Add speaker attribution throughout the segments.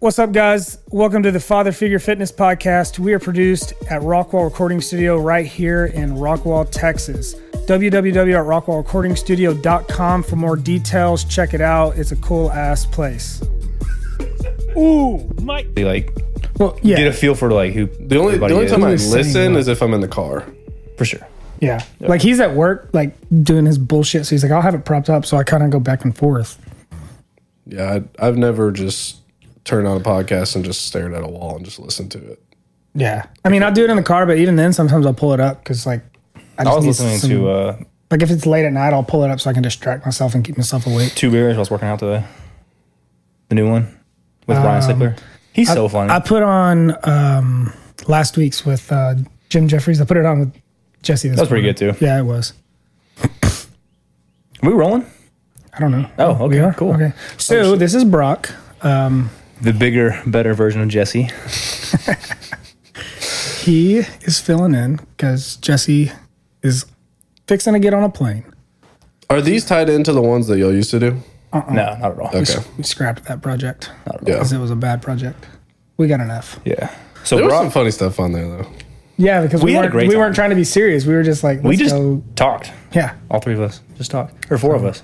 Speaker 1: What's up, guys? Welcome to the Father Figure Fitness Podcast. We are produced at Rockwall Recording Studio right here in Rockwall, Texas. www.rockwallrecordingstudio.com for more details. Check it out. It's a cool ass place. Ooh, Mike.
Speaker 2: They, like
Speaker 1: Well,
Speaker 2: get
Speaker 1: yeah,
Speaker 2: a feel for like who
Speaker 3: The only, the
Speaker 2: everybody
Speaker 3: only
Speaker 2: is.
Speaker 3: time I
Speaker 1: Everybody's saying
Speaker 3: listen
Speaker 1: that.
Speaker 3: is if I'm in the car.
Speaker 2: for sure.
Speaker 1: yeah. Like he's at work, like doing his bullshit. So he's like, I'll have it propped up. So I kind of go back and forth.
Speaker 3: Yeah, I, I've never just turned on a podcast and just stared at a wall and just listened to it.
Speaker 1: Yeah. I mean, I'll do it in the car, but even then, sometimes I'll pull it up because, like, I, just
Speaker 2: I was
Speaker 1: need
Speaker 2: listening
Speaker 1: some-
Speaker 2: to uh,
Speaker 1: Like if it's late at night, I'll pull it up so I can distract myself and keep myself awake.
Speaker 2: Two Bears. while I was working out today. The new one with
Speaker 3: Um,
Speaker 2: Ryan Sickler. He's so funny.
Speaker 1: I put on um, last week's with uh, Jim Jeffries. I put it on with Jesse. This
Speaker 2: that was pretty good
Speaker 1: morning.
Speaker 2: too.
Speaker 1: Yeah, it was.
Speaker 2: Are we rolling?
Speaker 1: I don't know.
Speaker 2: Oh, okay,
Speaker 1: We are?
Speaker 2: cool.
Speaker 1: Okay, so this is Brock.
Speaker 2: The bigger, better version of Jesse.
Speaker 1: He is filling in because Jesse is fixing to get on a plane.
Speaker 3: Are these tied into the ones that y'all used to do?
Speaker 2: No, not at all.
Speaker 3: Uh-uh. Okay.
Speaker 1: We scrapped that project
Speaker 3: Yeah.
Speaker 1: because it was a bad project. We got enough.
Speaker 2: Yeah. So
Speaker 3: There was
Speaker 2: Brock-
Speaker 3: some funny stuff on there, though.
Speaker 1: Yeah, because we,
Speaker 2: We had a
Speaker 1: weren't
Speaker 2: great
Speaker 1: we
Speaker 2: time.
Speaker 1: weren't trying to be serious. We were just like,
Speaker 2: we
Speaker 1: let's
Speaker 2: just
Speaker 1: go.
Speaker 2: talked.
Speaker 1: yeah.
Speaker 2: All three of us just talked, or four of us.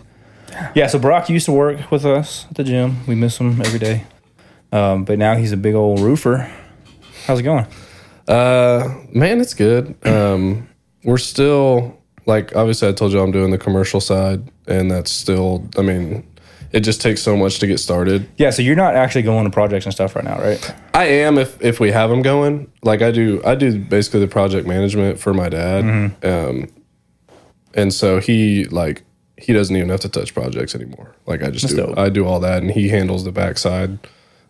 Speaker 2: Yeah. So Brock used to work with us at the gym. We miss him every day, um, but now he's a big old roofer. How's it going?
Speaker 3: Uh, man, it's good. Um, we're still like obviously I told you I'm doing the commercial side, and that's still. I mean, it just takes so much to get started.
Speaker 2: Yeah. So you're not actually going to projects and stuff right now, right?
Speaker 3: I am if if we have them going. Like I do, I do basically the project management for my dad, um, and so he like he doesn't even have to touch projects anymore. Like I just do,
Speaker 2: dope.
Speaker 3: I do all that, and he handles the backside.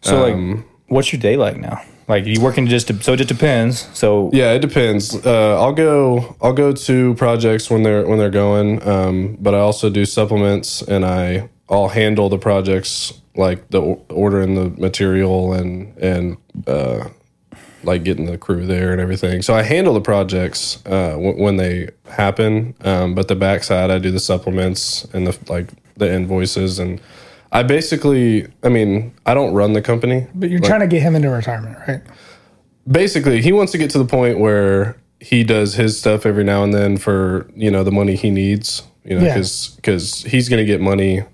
Speaker 2: So like,
Speaker 3: Um,
Speaker 2: what's your day like now? Like, you working just to, so it just depends. So
Speaker 3: Yeah, it depends. Uh, I'll go. I'll go to projects when they're when they're going, um, but I also do supplements, and I I'll handle the projects like the or- ordering the material and and uh, like getting the crew there and everything. So I handle the projects uh, w- when they happen, um, but the backside I do the supplements and the like the invoices and. I basically, I mean, I don't run the company,
Speaker 1: But you're trying to get him into retirement, right?
Speaker 3: basically he wants to get to the point where he does his stuff every now and then for you know the money he needs you know
Speaker 1: Yeah.
Speaker 3: because he's going to get money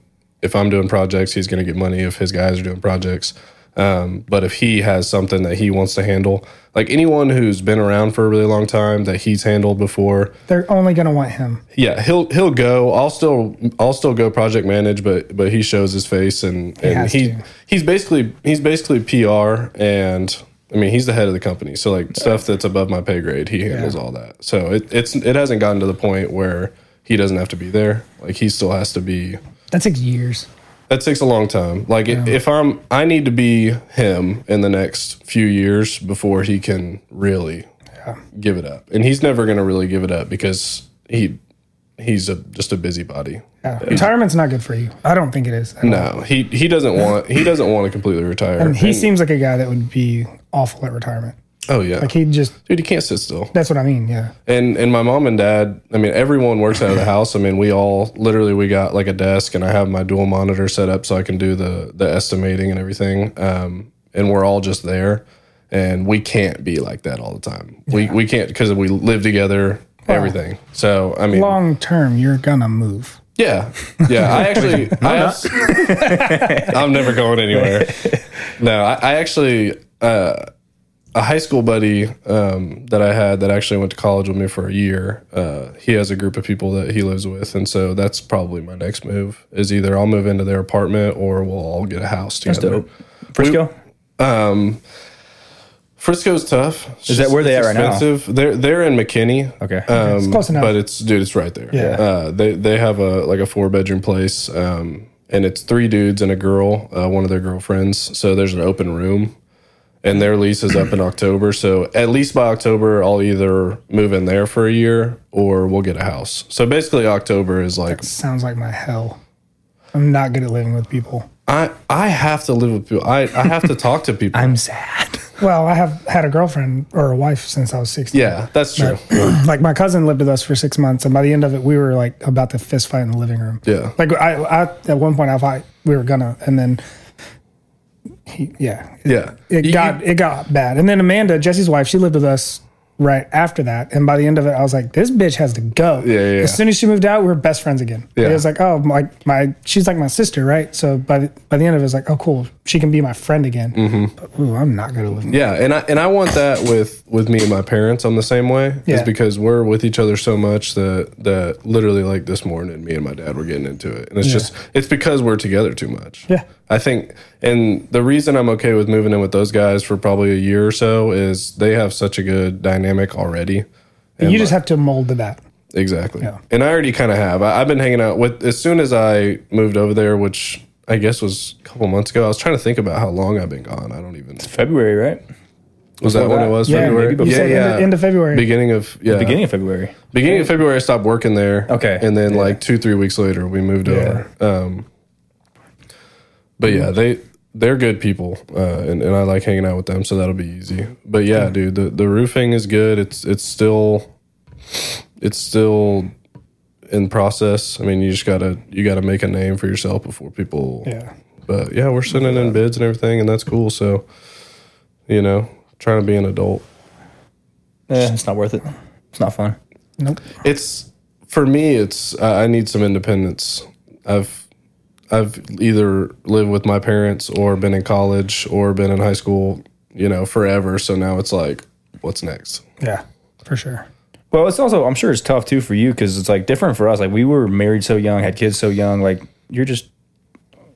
Speaker 3: if i'm doing projects he's going to get money if his guys are doing projects um, but if he has something that he wants to handle like anyone who's been around for a really long time that he's handled before
Speaker 1: They're only going to want him.
Speaker 3: yeah he'll he'll go i'll still i'll still go project manage but but he shows his face and and
Speaker 1: has
Speaker 3: he
Speaker 1: to.
Speaker 3: he's basically he's basically pr and i mean he's the head of the company so like stuff that's above my pay grade he handles all that so it, it's it hasn't gotten to the point where he doesn't have to be there like he still has to be
Speaker 1: That takes years.
Speaker 3: that takes a long time like i if i'm i need to be him in the next few years before he can really give it up and he's never going to really give it up because he he's a just a busybody
Speaker 1: Yeah. Retirement's not good for you. I don't think it is.
Speaker 3: no he he doesn't want he doesn't want to completely retire
Speaker 1: And he
Speaker 3: And-
Speaker 1: seems like a guy that would be awful at retirement.
Speaker 3: oh yeah
Speaker 1: Like he just,
Speaker 3: dude he can't sit still
Speaker 1: that's what I mean. Yeah.
Speaker 3: and and my mom and dad i mean everyone works out of the house i mean we all literally we got like a desk and i have my dual monitor set up so i can do the the estimating and everything um and we're all just there and we can't be like that all the time we we can't because we live together everything so i mean
Speaker 1: Long term, you're going to move.
Speaker 3: yeah yeah i actually I have- i'm never going anywhere no i, I actually uh, a high school buddy um, that I had that actually went to college with me for a year. Uh, he has a group of people that he lives with, and so that's probably my next move. Is either I'll move into their apartment or we'll all get a house together.
Speaker 2: So Frisco.
Speaker 3: Frisco's tough.
Speaker 2: Is that where they are right now?
Speaker 3: now? They're they're in McKinney.
Speaker 2: Okay.
Speaker 3: Um,
Speaker 1: close enough.
Speaker 3: But it's dude, it's right there.
Speaker 1: Yeah.
Speaker 3: Uh, they they have a like a four bedroom place, um, and it's three dudes and a girl, uh, one of their girlfriends. So there's an open room, and their lease is up in October. So at least by October, I'll either move in there for a year or we'll get a house. So basically, October is like
Speaker 1: Sounds like my hell. I'm not good at living with people.
Speaker 3: I I have to live with people. I I have to talk to people.
Speaker 2: I'm sad.
Speaker 1: Well, I have had a girlfriend or a wife since I was 16.
Speaker 3: yeah, that's true.
Speaker 1: Like my cousin lived with us for six months, and by the end of it, we were like about to fist fight in the living room.
Speaker 3: Yeah.
Speaker 1: Like I, I at one point I thought we were gonna, and then he, yeah,
Speaker 3: Yeah.
Speaker 1: it
Speaker 3: You-
Speaker 1: got it got bad. And then Amanda, Jesse's wife, she lived with us right after that. And by the end of it, I was like, this bitch has to go.
Speaker 3: Yeah, yeah, yeah.
Speaker 1: As soon as she moved out, we were best friends again.
Speaker 3: Yeah.
Speaker 1: It was like, oh my my, she's like my sister, right? So by the, by the end of it, it's like, oh cool, she can be my friend again. But, ooh, I'm not gonna live. with-
Speaker 3: Mm-hmm. Yeah, and I and I want that with with me and my parents. I'm the same way.
Speaker 1: Yeah.
Speaker 3: Is because we're with each other so much that that literally like this morning, me and my dad were getting into it, and it's just it's because we're together too much.
Speaker 1: Yeah.
Speaker 3: I think, and the reason I'm okay with moving in with those guys for probably a year or so is they have such a good dynamic already. And
Speaker 1: you just have to mold to that.
Speaker 3: Exactly. And I already kind of have. I, I've been hanging out with, as soon as I moved over there, which I guess was a couple months ago, I was trying to think about how long I've been gone. I don't even,
Speaker 2: February, right?
Speaker 3: was that when it was?
Speaker 2: Yeah,
Speaker 3: February?
Speaker 2: maybe
Speaker 1: You said End, of, end of February.
Speaker 3: Beginning of, yeah.
Speaker 2: Beginning of February.
Speaker 3: Beginning of February, I stopped working there.
Speaker 2: Okay.
Speaker 3: And then like two, three weeks later, we moved over. Um, but yeah, they, they're good people, uh, and, and I like hanging out with them, so that'll be easy. But yeah, dude, the, the roofing is good. It's it's still it's still in process. I mean, you just gotta you gotta make a name for yourself before people.
Speaker 1: Yeah.
Speaker 3: But yeah, we're sending in bids and everything, and that's cool. So, you know, trying to be an adult.
Speaker 2: Eh, it's not worth it. It's not fun.
Speaker 1: Nope.
Speaker 3: It's for me. It's I I need some independence. I've I've either lived with my parents or been in college or been in high school, you know, forever. So now it's like, what's next?
Speaker 1: Yeah, for sure.
Speaker 2: Well, it's also I'm sure it's tough too for you because it's like different for us. Like we were married so young, had kids so young. Like you're just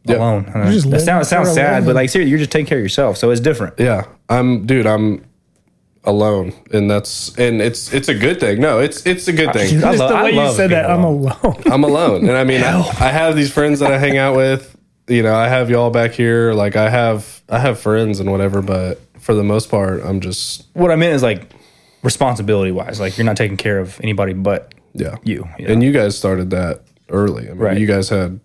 Speaker 2: alone. I don't know.
Speaker 1: just
Speaker 2: that
Speaker 1: living
Speaker 2: sounds
Speaker 1: for
Speaker 2: sounds
Speaker 1: a
Speaker 2: sad,
Speaker 1: living.
Speaker 2: but like seriously, you're just taking care of yourself, so it's different.
Speaker 3: Yeah, I'm, dude. I'm alone, and that's and it's it's a good thing. No, it's it's a good thing.
Speaker 2: I
Speaker 1: Just
Speaker 2: lo-
Speaker 1: the
Speaker 2: I
Speaker 1: way you
Speaker 2: love
Speaker 1: said
Speaker 2: being
Speaker 1: that, I'm alone.
Speaker 3: I'm alone. And I mean, I, I have these friends that I hang out with. You know, I have y'all back here. Like I have, I have friends and whatever. But for the most part, I'm just
Speaker 2: What I meant is like responsibility wise, like you're not taking care of anybody but
Speaker 3: yeah.
Speaker 2: you. you know?
Speaker 3: And you guys started that early. I mean,
Speaker 2: Right.
Speaker 3: you guys had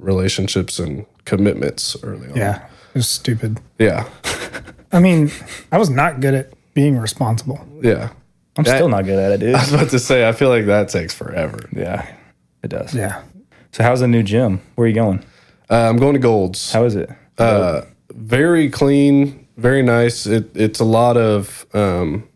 Speaker 3: relationships and commitments early on.
Speaker 1: yeah, it was stupid.
Speaker 3: Yeah.
Speaker 1: I mean, I was not good at being responsible.
Speaker 3: Yeah.
Speaker 2: I'm still not good at it, dude.
Speaker 3: I was about to say, I feel like that takes forever.
Speaker 2: yeah, it does.
Speaker 1: Yeah.
Speaker 2: So how's the new gym? Where are you going?
Speaker 3: Uh, I'm going to Gold's.
Speaker 2: How is it?
Speaker 3: Uh, very clean, very nice. It, it's a lot of. Um,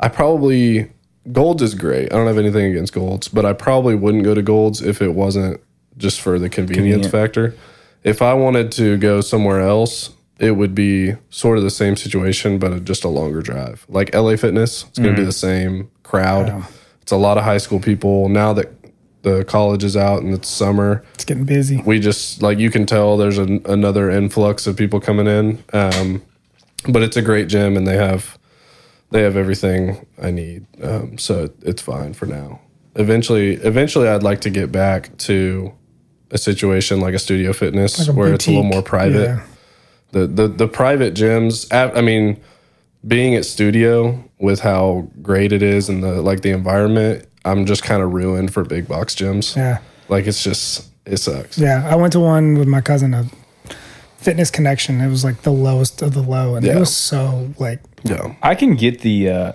Speaker 3: I probably Gold's is great. I don't have anything against Gold's, but I probably wouldn't go to Gold's if it wasn't just for the convenience
Speaker 2: Convenient.
Speaker 3: factor. If I wanted to go somewhere else, it would be sort of the same situation, but just a longer drive. Like LA Fitness, it's going to be the same crowd. It's a lot of high school people now that the college is out and it's summer
Speaker 1: It's getting busy.
Speaker 3: we just like you can tell there's an, another influx of people coming in um, but it's a great gym and they have they have everything i need um, so it- it's fine for now eventually eventually i'd like to get back to a situation like a studio fitness
Speaker 1: Like a
Speaker 3: where it's a little
Speaker 1: boutique.
Speaker 3: more private
Speaker 1: Yeah.
Speaker 3: the, the the private gyms at, i mean being at studio with how great it is and the like the environment i'm just kind of ruined for big box gyms
Speaker 1: Yeah.
Speaker 3: like it's just it sucks
Speaker 1: Yeah, I went to one with my cousin, a fitness connection. It was like the lowest of the low, and
Speaker 3: Yeah.
Speaker 1: it was so like
Speaker 3: yeah.
Speaker 2: I can get the uh,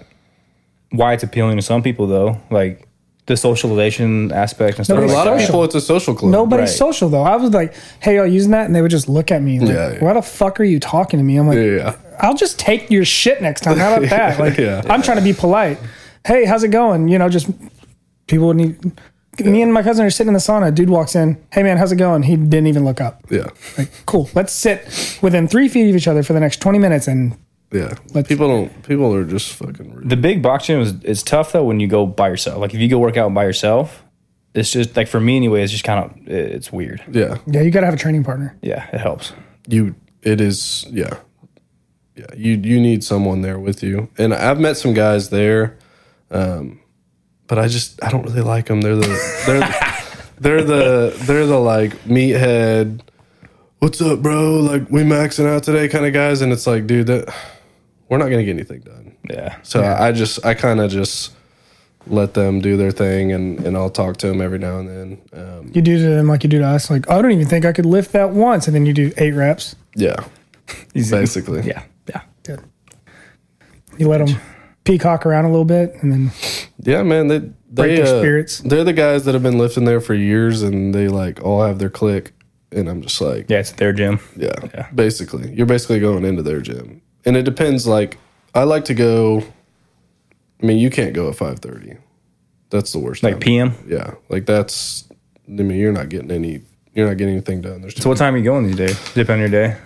Speaker 2: why it's appealing to some people though, like the socialization aspect and stuff.
Speaker 1: No,
Speaker 3: For a
Speaker 2: like
Speaker 3: lot of
Speaker 2: that.
Speaker 3: people, it's a social club.
Speaker 1: nobody's
Speaker 2: Right.
Speaker 1: social though. I was like, "Hey, y'all using that?" and they would just look at me like,
Speaker 3: Yeah, yeah.
Speaker 1: "Why the fuck are you talking to me?" I'm like,
Speaker 3: Yeah.
Speaker 1: "I'll just take your shit next time." How about that? Like,
Speaker 3: Yeah.
Speaker 1: I'm trying to be polite. Hey, how's it going? You know, just people would need. Me and my cousin are sitting in the sauna. Dude walks in. Hey man, how's it going? He didn't even look up.
Speaker 3: Yeah.
Speaker 1: Like, cool. Let's sit within three feet of each other for the next twenty minutes and
Speaker 3: Yeah.
Speaker 1: Let's-
Speaker 3: people don't, people are just fucking rude.
Speaker 2: The big box gym is it's tough though when you go by yourself. Like if you go work out by yourself, it's just like for me anyway. It's just kind of it's weird.
Speaker 3: Yeah.
Speaker 1: yeah, you got to have a training partner.
Speaker 2: Yeah, it helps.
Speaker 3: You, it is, yeah. Yeah. You, you need someone there with you. And I've met some guys there, um, but I just, I don't really like them. They're the, they're, they're the, they're the like meathead, what's up, bro? Like, we maxing out today kind of guys. And it's like, dude, that we're not going to get anything done.
Speaker 2: Yeah,
Speaker 3: So I I just, I kind of just let them do their thing and, and I'll talk to them every now and then. Um,
Speaker 1: You do to them like you do to us. Like, "Oh, I don't even think I could lift that once. And then you do eight reps.
Speaker 3: yeah, basically.
Speaker 2: yeah, yeah.
Speaker 1: Good. You let them peacock around a little bit. And then,
Speaker 3: Yeah, man. They, they,
Speaker 1: their
Speaker 3: uh,
Speaker 1: spirits.
Speaker 3: They're the guys that have been lifting there for years and they like all have their click. and I'm just like,
Speaker 2: Yeah, it's their gym.
Speaker 3: yeah, basically, you're basically going into their gym, and it depends. Like, I like to go. I mean, you can't go at five thirty. That's the worst.
Speaker 2: Like
Speaker 3: time.
Speaker 2: PM.
Speaker 3: Yeah, like that's. I mean, you're not getting any. You're not getting anything done. There's
Speaker 2: So what time are you going these days? Depending on your day.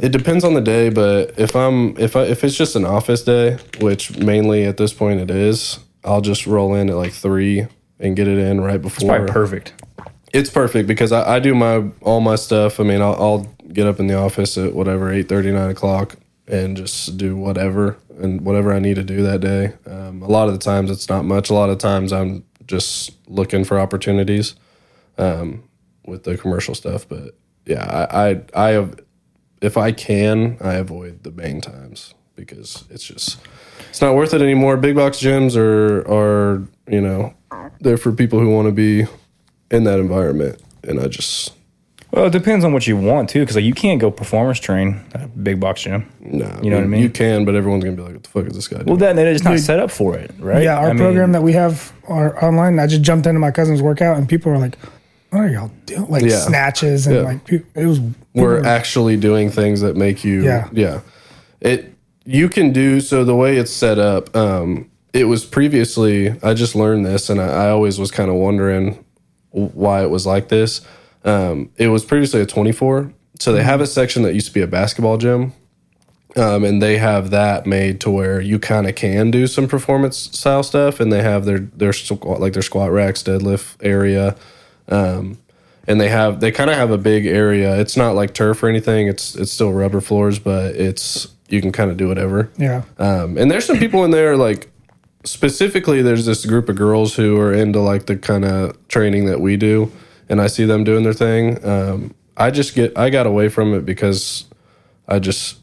Speaker 3: it depends on the day, but if I'm if I if it's just an office day, which mainly at this point it is, I'll just roll in at like three and get it in right before.
Speaker 2: Probably perfect.
Speaker 3: it's perfect because I, I do my all my stuff. I mean, I'll, I'll get up in the office at whatever eight thirty nine o'clock and just do whatever and whatever I need to do that day. Um, a lot of the times it's not much. A lot of times I'm just looking for opportunities um, with the commercial stuff. But yeah, I I, I have, if I can, I avoid the main times because it's just it's not worth it anymore. Big box gyms are are you know they're for people who want to be in that environment, and I just
Speaker 2: Well, it depends on what you want too, because like you can't go performance train at a big box gym.
Speaker 3: nah.
Speaker 2: You know what I mean?
Speaker 3: You can, but everyone's gonna be like, "What the fuck is this guy?"
Speaker 2: Well,
Speaker 3: Doing?
Speaker 2: then they're just not set up for it, right?
Speaker 1: Yeah, our
Speaker 2: I mean,
Speaker 1: program that we have are online. I just jumped into my cousin's workout, and people were like, "What are y'all doing?" Like
Speaker 3: Yeah.
Speaker 1: snatches and
Speaker 3: Yeah.
Speaker 1: like pe- it was.
Speaker 3: We're
Speaker 2: mm-hmm.
Speaker 3: actually doing things that make you,
Speaker 1: Yeah.
Speaker 3: It you can do so the way it's set up. Um, it was previously I just learned this, and I, I always was kind of wondering why it was like this. Um, it was previously a twenty four, so
Speaker 2: Mm-hmm.
Speaker 3: they have a section that used to be a basketball gym. um, and they have that made to where you kind of can do some performance style stuff, and they have their their squat like their squat racks, deadlift area, um, and they have they kind of have a big area. It's not like turf or anything. It's it's still rubber floors, but it's you can kind of do whatever.
Speaker 1: yeah.
Speaker 3: Um, and there's some people in there like specifically there's this group of girls who are into like the kind of training that we do and i see them doing their thing um, i just get i got away from it because i just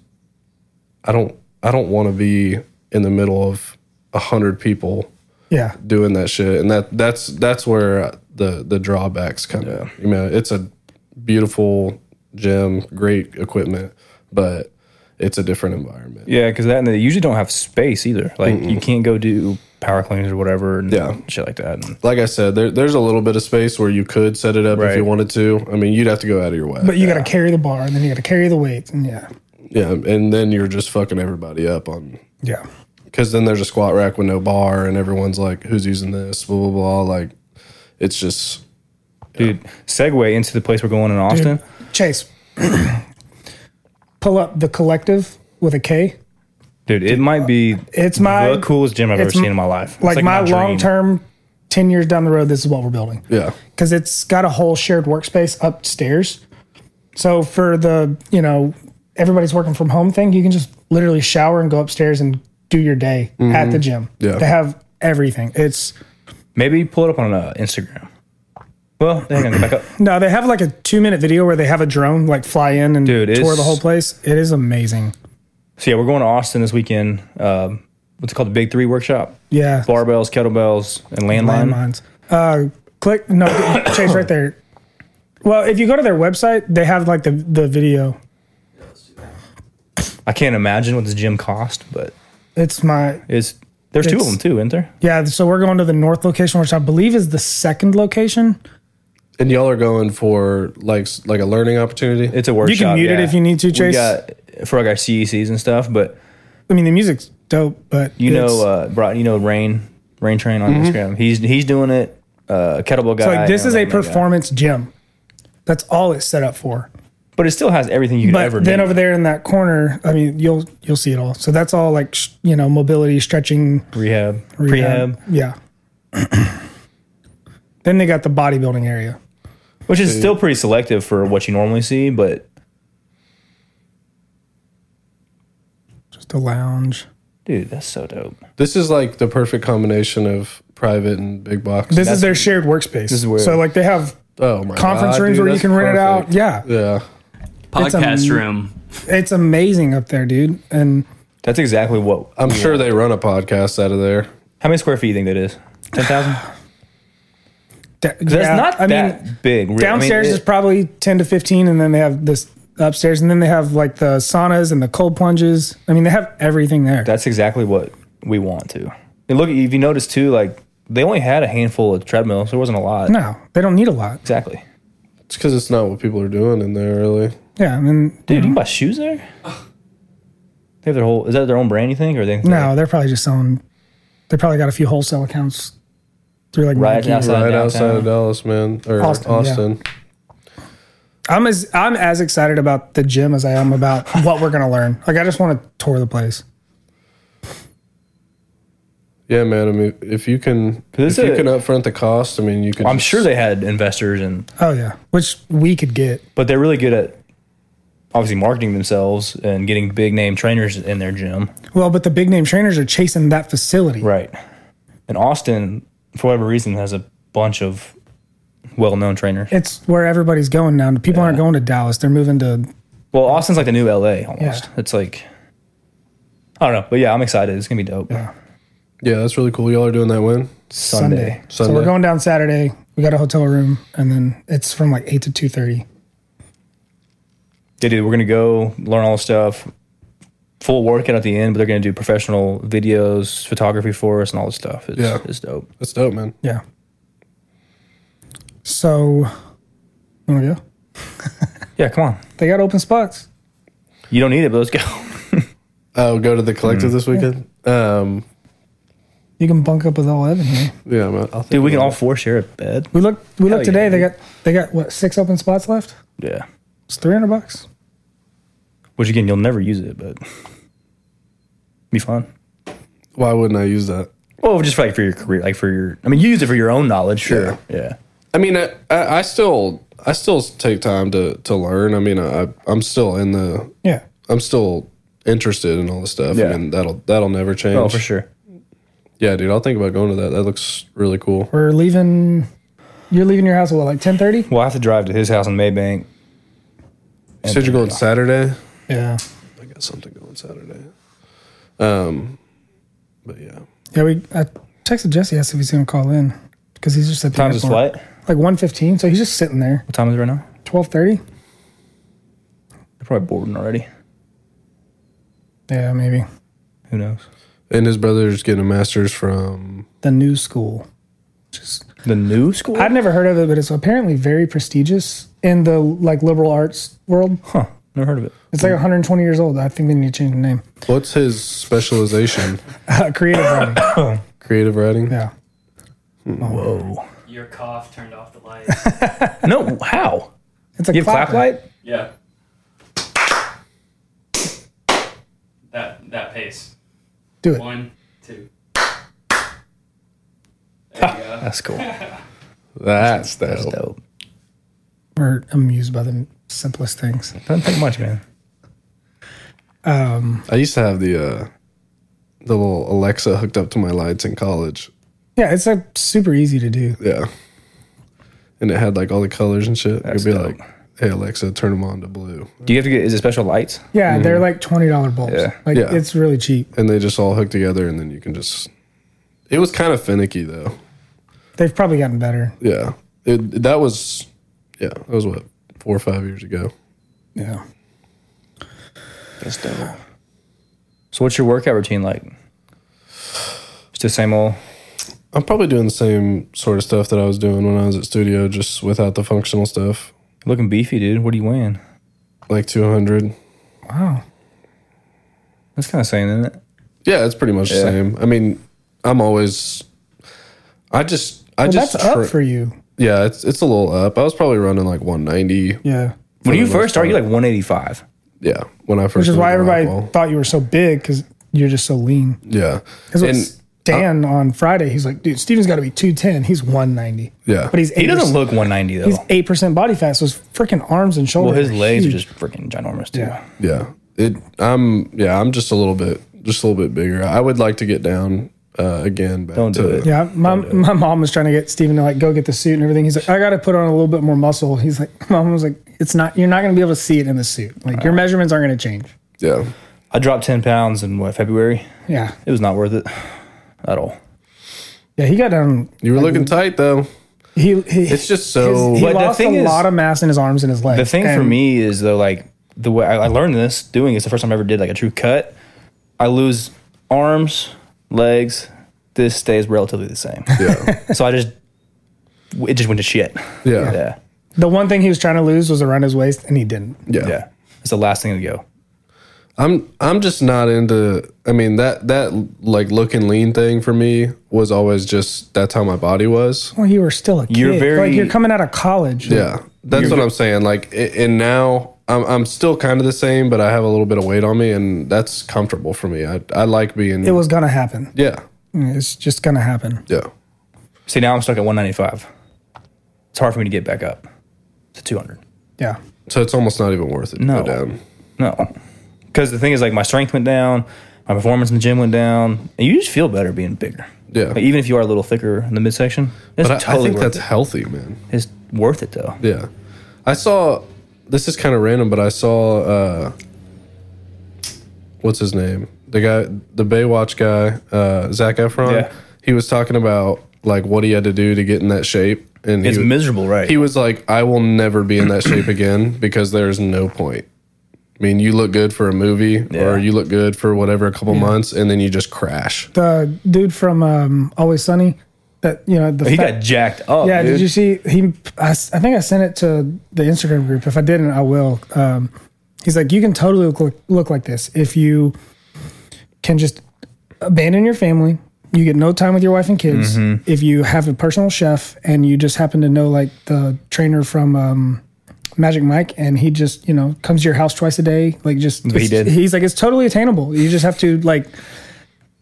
Speaker 3: i don't i don't want to be in the middle of a hundred people
Speaker 1: Yeah,
Speaker 3: doing that shit and that that's that's where the the drawbacks come in you know it's a beautiful gym great equipment but it's a different environment
Speaker 2: Yeah, because that and they usually don't have space either. Like you can't go do power cleans or whatever. And
Speaker 3: Yeah.
Speaker 2: shit like that. And
Speaker 3: like I said, there, there's a little bit of space where you could set it up if
Speaker 2: Right.
Speaker 3: you wanted to. I mean, you'd have to go out of your way.
Speaker 1: but you got to carry the bar, and then you got to carry the weights, and yeah,
Speaker 3: yeah, and then you're just fucking everybody up on
Speaker 1: yeah,
Speaker 3: because then there's a squat rack with no bar, and everyone's like, "Who's using this?" Blah blah blah. Like, it's just
Speaker 2: dude, segue into the place we're going in Austin.
Speaker 1: Chase, pull up the collective with a K.
Speaker 2: Dude, it might be
Speaker 1: It's my
Speaker 2: the coolest gym I've ever
Speaker 1: it's m-
Speaker 2: seen in my life. It's
Speaker 1: like, my,
Speaker 2: dream.
Speaker 1: long term. Ten years down the road, this is what we're building.
Speaker 3: yeah,
Speaker 1: because it's got a whole shared workspace upstairs. So for the you know everybody's working from home thing, you can just literally shower and go upstairs and do your day at the
Speaker 2: Mm-hmm.
Speaker 1: gym.
Speaker 3: Yeah.
Speaker 1: they have everything. It's
Speaker 2: Maybe pull it up on uh, Instagram. Well, hang on, back up.
Speaker 1: no, they have like a two minute video where they have a drone like fly in and
Speaker 2: Dude,
Speaker 1: tour
Speaker 2: it's-
Speaker 1: the whole place. It is amazing.
Speaker 2: So yeah, we're going to Austin this weekend. Um, what's it called? The Big Three workshop.
Speaker 1: Yeah,
Speaker 2: Barbells, kettlebells, and landline.
Speaker 1: landmines. Uh, click no Chase right there. Well, if you go to their website, they have like the the video.
Speaker 2: I can't imagine what this gym cost, but
Speaker 1: It's my
Speaker 2: it's there's two of
Speaker 1: It's-
Speaker 2: them too, isn't there?
Speaker 1: yeah. So we're going to the north location, which I believe is the second location.
Speaker 3: and y'all are going for like s- like a learning opportunity.
Speaker 2: It's a workshop.
Speaker 1: mute it
Speaker 2: yeah.
Speaker 1: if you need to, Chase.
Speaker 2: We got for like our CECs and stuff, but
Speaker 1: I mean, the music's dope, but
Speaker 2: you
Speaker 1: it's- Mm-hmm.
Speaker 2: know, uh, brought you know Rain Rain Train on Instagram. He's he's doing it. Uh, kettlebell guy.
Speaker 1: so, like this
Speaker 2: and
Speaker 1: is a
Speaker 2: landline guy.
Speaker 1: performance gym. That's all it's set up for.
Speaker 2: but it still has everything you could
Speaker 1: But
Speaker 2: ever.
Speaker 1: then
Speaker 2: need.
Speaker 1: over there in that corner, I mean, you'll you'll see it all. So that's all like sh- you know, mobility, stretching,
Speaker 2: rehab,
Speaker 1: rehab.
Speaker 2: prehab,
Speaker 1: yeah. then they got the bodybuilding area.
Speaker 2: which is still pretty selective for what you normally see, but
Speaker 1: Just a lounge.
Speaker 2: dude, that's so dope.
Speaker 3: This is like the perfect combination of private and big box.
Speaker 1: This is their shared workspace. This
Speaker 2: is where-
Speaker 1: so like they have
Speaker 3: oh my
Speaker 1: conference
Speaker 3: God,
Speaker 1: rooms
Speaker 3: dude,
Speaker 1: where you
Speaker 3: that's
Speaker 1: can rent
Speaker 3: perfect.
Speaker 1: it out. Yeah.
Speaker 3: Yeah,
Speaker 1: It's
Speaker 4: podcast
Speaker 1: a-
Speaker 4: room.
Speaker 1: It's amazing up there, dude. And
Speaker 2: That's exactly what.
Speaker 3: I'm sure they run a podcast out of there.
Speaker 2: How many square feet you think that is? Ten thousand.
Speaker 1: that,
Speaker 2: That's
Speaker 1: yeah,
Speaker 2: not
Speaker 1: I mean,
Speaker 2: that big. really. I mean,
Speaker 1: downstairs
Speaker 2: it-
Speaker 1: is probably 10 to 15 and then they have this upstairs and then they have like the saunas and the cold plunges i mean they have everything there
Speaker 2: that's exactly what we want to. And look, if you notice too, like they only had a handful of treadmills. There wasn't a lot.
Speaker 1: no they don't need a lot
Speaker 2: Exactly.
Speaker 3: It's because it's not what people are doing in there, really.
Speaker 1: Yeah, I mean,
Speaker 2: Dude, you can buy shoes there? They have their whole. Is that their own brand? You think, or they
Speaker 1: no, they're probably just selling. They probably got a few wholesale accounts through like
Speaker 2: Right
Speaker 1: Nike.
Speaker 2: now. Outside of
Speaker 3: right
Speaker 2: downtown.
Speaker 3: outside of Dallas, man, or
Speaker 1: Austin,
Speaker 3: Austin.
Speaker 1: yeah. I'm as I'm as excited about the gym as I am about what we're gonna learn. Like I just want to tour the place.
Speaker 3: Yeah. man. I mean, if you can,
Speaker 2: 'Cause it's
Speaker 3: if you
Speaker 2: a-
Speaker 3: can upfront the cost, I mean, you could.
Speaker 2: I'm
Speaker 3: just-
Speaker 2: sure they had investors and
Speaker 1: Oh yeah, which we could get.
Speaker 2: but they're really good at obviously marketing themselves and getting big name trainers in their gym.
Speaker 1: Well, but the big name trainers are chasing that facility.
Speaker 2: Right. And Austin, for whatever reason, has a bunch of well known trainers.
Speaker 1: It's where everybody's going now. People aren't going to Dallas; they're moving to.
Speaker 2: Well, Austin's like the new LA almost.
Speaker 1: Yeah.
Speaker 2: It's like I don't know, but yeah, I'm excited. It's gonna be dope.
Speaker 3: Yeah, that's really cool. Y'all are doing that win.
Speaker 2: Sunday.
Speaker 1: So we're
Speaker 3: Sunday.
Speaker 1: going down Saturday. We got a hotel room, and then it's from like eight to two thirty.
Speaker 2: They do. We're gonna go learn all the stuff. Full workout at the end, but they're gonna do professional videos, photography for us, and all this stuff. It's,
Speaker 3: Yeah.
Speaker 2: it's dope.
Speaker 3: That's dope, man.
Speaker 1: Yeah. So, you wanna go?
Speaker 2: Yeah, come on.
Speaker 1: They got open spots.
Speaker 2: You don't need it, but let's go.
Speaker 3: Oh, go to the collective
Speaker 2: Mm.
Speaker 3: this weekend. Um,
Speaker 1: You can bunk up with all Evan here.
Speaker 3: yeah, man. I'll
Speaker 2: Dude,
Speaker 3: think
Speaker 2: we can
Speaker 3: about
Speaker 2: all four share a bed.
Speaker 1: We looked. We
Speaker 2: Hell
Speaker 1: looked today.
Speaker 2: yeah,
Speaker 1: They got. They got what six open spots left?
Speaker 2: Yeah.
Speaker 1: It's three hundred bucks.
Speaker 2: Which again, you'll never use it, but be fun.
Speaker 3: it. Why wouldn't I use that?
Speaker 2: Well, just like for your career, like for your. I mean, you use it for your own knowledge, sure. Yeah.
Speaker 3: I mean, I, I, I still, I still take time to to learn. I mean, I, I'm still in the,
Speaker 1: Yeah.
Speaker 3: I'm still interested in all this stuff.
Speaker 2: Yeah.
Speaker 3: I mean, that'll that'll never change.
Speaker 2: Oh, for sure.
Speaker 3: Yeah, dude, I'll think about going to that. That looks really cool.
Speaker 1: We're leaving. You're leaving your house at what, like ten thirty?
Speaker 2: Well, I have to drive to his house in Maybank.
Speaker 3: You said you're going Saturday.
Speaker 1: Yeah.
Speaker 3: I got something going Saturday. Um, but yeah,
Speaker 1: Yeah. We. I texted Jesse asked if he's gonna call in because he's just at the
Speaker 2: Times his
Speaker 1: airport.
Speaker 2: flight. What
Speaker 1: Like one fifteen. So he's just sitting there.
Speaker 2: time is it right now?
Speaker 1: Twelve thirty.
Speaker 2: They're probably boarding already.
Speaker 1: Yeah, maybe
Speaker 2: Who knows?
Speaker 3: and his brother's getting a master's from.
Speaker 1: the new school. Just
Speaker 2: The new school?
Speaker 1: I'd never heard of it, but it's apparently very prestigious in the like liberal arts world.
Speaker 2: huh. Never heard of it.
Speaker 1: It's like 120 years old. I think they need to change the name.
Speaker 3: What's his specialization?
Speaker 1: Uh, creative writing.
Speaker 3: Creative writing.
Speaker 1: Yeah.
Speaker 2: Whoa.
Speaker 4: Your cough turned off the light.
Speaker 2: No, how?
Speaker 1: It's a
Speaker 2: You have clap light?
Speaker 4: yeah. That that pace.
Speaker 1: Do it.
Speaker 4: One, two. There you go.
Speaker 2: That's cool. That's
Speaker 3: That's that.
Speaker 2: dope.
Speaker 1: We're amused by the simplest things.
Speaker 2: Doesn't take much, man.
Speaker 3: I used to have the uh, the little Alexa hooked up to my lights in college.
Speaker 1: Yeah, it's like super easy to do.
Speaker 3: Yeah, and it had like all the colors and shit.
Speaker 2: That's
Speaker 3: It'd be
Speaker 2: dope.
Speaker 3: like, "Hey Alexa, turn them on to blue,"
Speaker 2: Do you have to get, is it special lights?
Speaker 1: Yeah, they're like twenty dollar bulbs.
Speaker 2: Yeah.
Speaker 1: Like
Speaker 3: Yeah.
Speaker 1: it's really cheap.
Speaker 3: and they just all hook together, and then you can just. It was kind of finicky though.
Speaker 1: They've probably gotten better.
Speaker 3: Yeah, it, that was, yeah, that was what four or five years ago.
Speaker 1: Yeah.
Speaker 2: That's dope. So, what's your workout routine like? Just the same old.
Speaker 3: I'm probably doing the same sort of stuff that I was doing when I was at studio, just without the functional stuff.
Speaker 2: Looking beefy, dude. What are you weighing?
Speaker 3: Like 200.
Speaker 1: Wow.
Speaker 2: That's kind of saying, isn't it?
Speaker 3: Yeah, it's pretty much the
Speaker 2: Yeah.
Speaker 3: same. I mean, I'm always. I just, I
Speaker 1: Well,
Speaker 3: just.
Speaker 1: that's up
Speaker 3: tra-
Speaker 1: for you.
Speaker 3: yeah, it's it's a little up. I was probably running like 190.
Speaker 1: Yeah.
Speaker 2: When you
Speaker 3: the most
Speaker 2: first started, you like 185.
Speaker 3: Yeah, when I first.
Speaker 1: Which is why
Speaker 3: moved to
Speaker 1: everybody
Speaker 3: Rockwall.
Speaker 1: thought you were so big because you're just so lean.
Speaker 3: Yeah,
Speaker 1: Because
Speaker 3: and uh,
Speaker 1: Dan on Friday, he's like, dude, Steven's got to be two ten. He's one ninety.
Speaker 3: yeah,
Speaker 1: But he's
Speaker 2: He
Speaker 1: eight.
Speaker 2: doesn't look 190 though.
Speaker 1: He's eight percent body fat, so his freaking arms and shoulders.
Speaker 2: well, his
Speaker 1: are
Speaker 2: legs
Speaker 1: huge.
Speaker 2: are just freaking ginormous too.
Speaker 1: Yeah.
Speaker 3: yeah. It. I'm. Yeah, I'm just a little bit, just a little bit bigger. I would like to get down uh, again. Back
Speaker 2: Don't
Speaker 3: to,
Speaker 2: do it.
Speaker 1: Yeah, my,
Speaker 2: Oh,
Speaker 1: my mom was trying to get Steven to like go get the suit and everything. He's like, I got to put on a little bit more muscle. He's like, mom was like, it's not, you're not going to be able to see it in the suit. Like
Speaker 2: Uh,
Speaker 1: your measurements aren't going to change.
Speaker 3: Yeah.
Speaker 2: I dropped 10 pounds in what February.
Speaker 1: Yeah.
Speaker 2: It was not worth it at all.
Speaker 1: Yeah. He got down.
Speaker 3: You were looking tight though.
Speaker 1: He, he,
Speaker 3: It's just so.
Speaker 1: he
Speaker 2: But the
Speaker 1: lost
Speaker 2: thing
Speaker 1: a
Speaker 2: is-
Speaker 1: lot of mass in his arms and his legs.
Speaker 2: The thing for
Speaker 1: And
Speaker 2: me is though, like the way I, I learned this doing it's the first time I ever did like a true cut. I lose arms, legs. This stays relatively the same.
Speaker 3: yeah.
Speaker 2: so I just it just went to shit.
Speaker 3: Yeah.
Speaker 2: Yeah.
Speaker 1: The one thing he was trying to lose was around his waist, and he didn't.
Speaker 3: Yeah.
Speaker 2: Yeah. It's the last thing to go.
Speaker 3: I'm I'm just not into I mean that that like looking lean thing for me was always just that's how my body was.
Speaker 1: Well, you were still a kid.
Speaker 2: You're
Speaker 1: like
Speaker 2: very-
Speaker 1: you're coming out of college.
Speaker 3: Yeah. That's what I'm saying. Like a- and now I'm I'm still kind of the same, but I have a little bit of weight on me and that's comfortable for me. I I like being
Speaker 1: it was gonna happen.
Speaker 3: Yeah.
Speaker 1: It's just gonna happen.
Speaker 3: Yeah.
Speaker 2: See, now I'm stuck at 195. It's hard for me to get back up to 200.
Speaker 1: Yeah,
Speaker 3: So it's almost not even worth it to
Speaker 2: No.
Speaker 3: go down.
Speaker 2: No. Because the thing is, like, my strength went down, my performance in the gym went down, and you just feel better being bigger.
Speaker 3: Yeah.
Speaker 2: Like, even if you are a little thicker in the midsection, it's
Speaker 3: But I, I
Speaker 2: totally
Speaker 3: think
Speaker 2: worth
Speaker 3: that's
Speaker 2: it.
Speaker 3: healthy, man.
Speaker 2: It's worth it, though.
Speaker 3: Yeah. I saw this is kind of random, but I saw uh what's his name? The guy the Baywatch guy, uh Zach Efron.
Speaker 2: Yeah.
Speaker 3: He was talking about like what he had to do to get in that shape. And
Speaker 2: It's
Speaker 3: he, was-
Speaker 2: miserable, right?
Speaker 3: he was like, I will never be in that shape again because there's no point. I mean, you look good for a movie
Speaker 2: Yeah.
Speaker 3: or you look good for whatever a couple months and then you just crash.
Speaker 1: the dude from um, Always Sunny, that you know the
Speaker 2: he
Speaker 1: fat-
Speaker 2: got jacked up.
Speaker 1: Yeah,
Speaker 2: dude.
Speaker 1: did you see he? I, s- I think I sent it to the Instagram group. If I didn't, I will. Um, he's like, you can totally look, look like this if you can just abandon your family. You get no time with your wife and kids.
Speaker 2: Mm-hmm.
Speaker 1: If you have a personal chef and you just happen to know like the trainer from um, Magic Mike, and he just you know comes to your house twice a day, like just
Speaker 2: He
Speaker 1: it's-
Speaker 2: did.
Speaker 1: He's like, it's totally attainable. You just have to like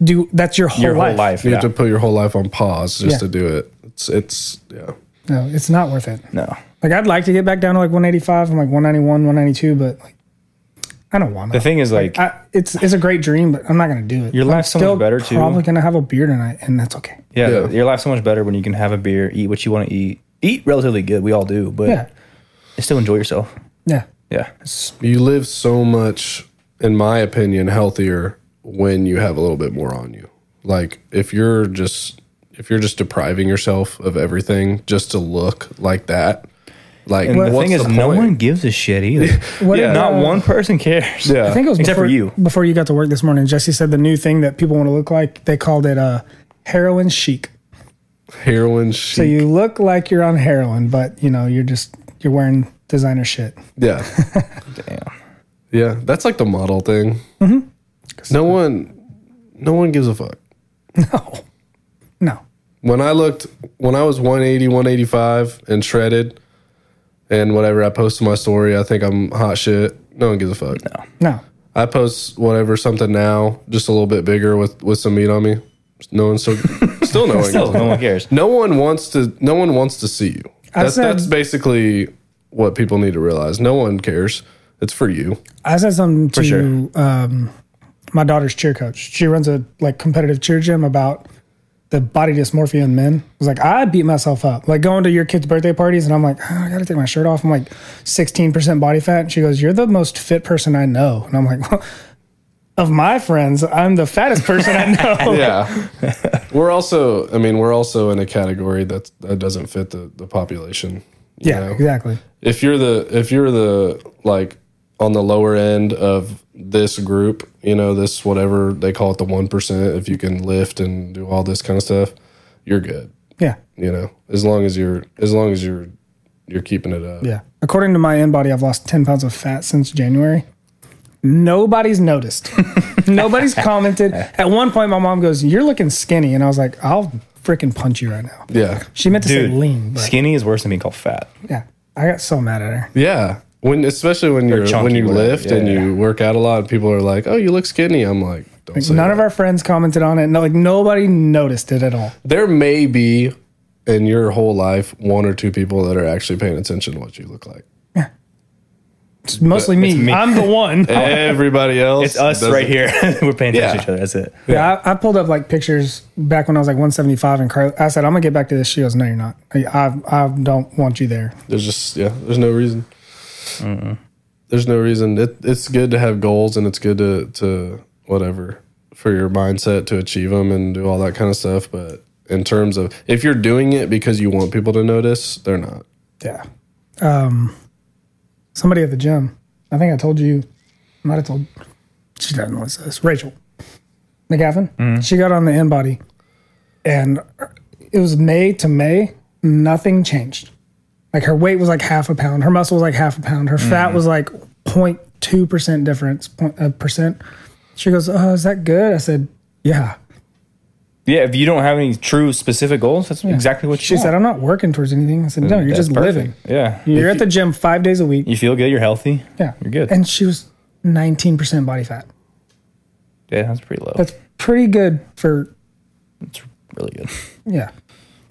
Speaker 1: do that's your whole
Speaker 2: Your
Speaker 1: life.
Speaker 2: whole life.
Speaker 3: You
Speaker 2: Yeah.
Speaker 3: have to put your whole life on pause just
Speaker 1: Yeah.
Speaker 3: to do it. It's it's yeah.
Speaker 1: No, it's not worth it.
Speaker 2: no.
Speaker 1: Like I'd like to get back down to like 185. I'm like 191, 192, but like I don't want
Speaker 2: The
Speaker 1: to.
Speaker 2: thing is, like,
Speaker 1: I, it's it's a great dream, but I'm not gonna do it.
Speaker 2: Your
Speaker 1: I'm
Speaker 2: life's so much
Speaker 1: still
Speaker 2: better, too.
Speaker 1: Probably gonna have a beer tonight, and that's okay.
Speaker 2: yeah,
Speaker 3: Yeah.
Speaker 2: your life's so much better when you can have a beer, eat what you want to eat, eat relatively good. We all do, but
Speaker 1: Yeah,
Speaker 2: still enjoy yourself.
Speaker 1: yeah.
Speaker 2: Yeah. It's,
Speaker 3: you live so much in my opinion healthier when you have a little bit more on you like if you're just if you're just depriving yourself of everything just to look like that like
Speaker 2: and the
Speaker 3: what's
Speaker 2: thing is, no
Speaker 3: point?
Speaker 2: one gives a shit either.
Speaker 1: What
Speaker 2: yeah,
Speaker 1: if,
Speaker 2: not
Speaker 1: uh,
Speaker 2: one person cares.
Speaker 3: Yeah.
Speaker 1: I think it was
Speaker 2: Except
Speaker 1: before,
Speaker 2: for you.
Speaker 1: before you got to work this morning. Jesse said the new thing that people want to look like. They called it uh, heroin chic.
Speaker 3: heroin chic.
Speaker 1: So you look like you're on heroin, but you know you're just you're wearing designer shit.
Speaker 3: yeah
Speaker 2: Damn.
Speaker 3: yeah that's like the model thing
Speaker 2: Mm-hmm.
Speaker 3: no one no one gives a fuck
Speaker 1: No, no.
Speaker 3: when I looked when I was 180, 185 and shredded and whatever I posted my story, I think I'm hot shit. No one gives a fuck.
Speaker 1: No.
Speaker 3: I post whatever something now, just a little bit bigger with with some meat on me. No one still still no one.
Speaker 2: Still, no one cares.
Speaker 3: No one wants to no one wants to see you.
Speaker 1: I
Speaker 3: That's
Speaker 1: said-
Speaker 3: that's basically what people need to realize. No one cares. It's for you.
Speaker 1: I said something to
Speaker 2: sure.
Speaker 1: um, my daughter's cheer coach. She runs a like competitive cheer gym about the body dysmorphia in men. I was like, I beat myself up. Like going to your kids' birthday parties, and I'm like, "Ah, I gotta take my shirt off. I'm like 16% body fat. And she goes, You're the most fit person I know. And I'm like, well, of my friends, I'm the fattest person I know.
Speaker 3: Yeah. we're also I mean, we're also in a category that that doesn't fit the, the population. you
Speaker 1: yeah,
Speaker 3: know?
Speaker 1: exactly.
Speaker 3: if you're the if you're the like on the lower end of this group, you know, this whatever they call it the 1%, if you can lift and do all this kind of stuff, you're good,
Speaker 1: Yeah.
Speaker 3: you know. As long as you're as long as you're you're keeping it up.
Speaker 1: Yeah. According to my in body, I've lost 10 pounds of fat since January. Nobody's noticed. Nobody's commented. At one point, my mom goes, You're looking skinny. And I was like, I'll freaking punch you right now.
Speaker 3: Yeah.
Speaker 1: She meant to
Speaker 2: Dude,
Speaker 1: say lean, but
Speaker 2: skinny is worse than being called fat.
Speaker 1: yeah. I got so mad at her.
Speaker 3: Yeah. When especially when you're
Speaker 2: chunky,
Speaker 3: when you
Speaker 2: whatever.
Speaker 3: lift and
Speaker 2: Yeah.
Speaker 3: you work out a lot, people are like, "Oh, you look skinny." I'm like, "Don't say
Speaker 1: None
Speaker 3: that."
Speaker 1: of our friends commented on it. No, like nobody noticed it at all.
Speaker 3: there may be in your whole life one or two people that are actually paying attention to what you look like.
Speaker 1: It's mostly me.
Speaker 2: me.
Speaker 1: I'm the one. yeah,
Speaker 3: Everybody else,
Speaker 2: It's us
Speaker 3: doesn't-
Speaker 2: right here. We're paying attention
Speaker 3: Yeah.
Speaker 2: to each other. That's it.
Speaker 1: I, I pulled up like pictures back when I was like 175, and Carly, I said, I'm gonna get back to this. She goes, No, you're not. I, I, I don't want you there.
Speaker 3: There's just yeah. There's no reason. There's no reason. It, it's good to have goals and it's good to to whatever for your mindset to achieve them and do all that kind of stuff. But in terms of if you're doing it because you want people to notice, they're not.
Speaker 1: Yeah. Um, somebody at the gym. I think I told you. I might have told. She doesn't listen to this. Rachel McGavin. She got on the in body, and it was May to May. Nothing changed. Like her weight was like half a pound. Her muscle was like half a pound. Her fat was like 0.2 percent difference. Point a percent. She goes, "Oh, is that good?" I said, "Yeah."
Speaker 2: Yeah, if you don't have any true specific goals, that's exactly what you
Speaker 1: She said, "I'm not working towards anything." I said, "No, you're just living.
Speaker 2: Yeah.
Speaker 1: You're at the gym five days a week."
Speaker 2: You feel good. You're healthy.
Speaker 1: yeah,
Speaker 2: you're good.
Speaker 1: And she was 19 percent body fat.
Speaker 2: Yeah, that's pretty low.
Speaker 1: That's pretty good for
Speaker 2: That's really good.
Speaker 1: Yeah.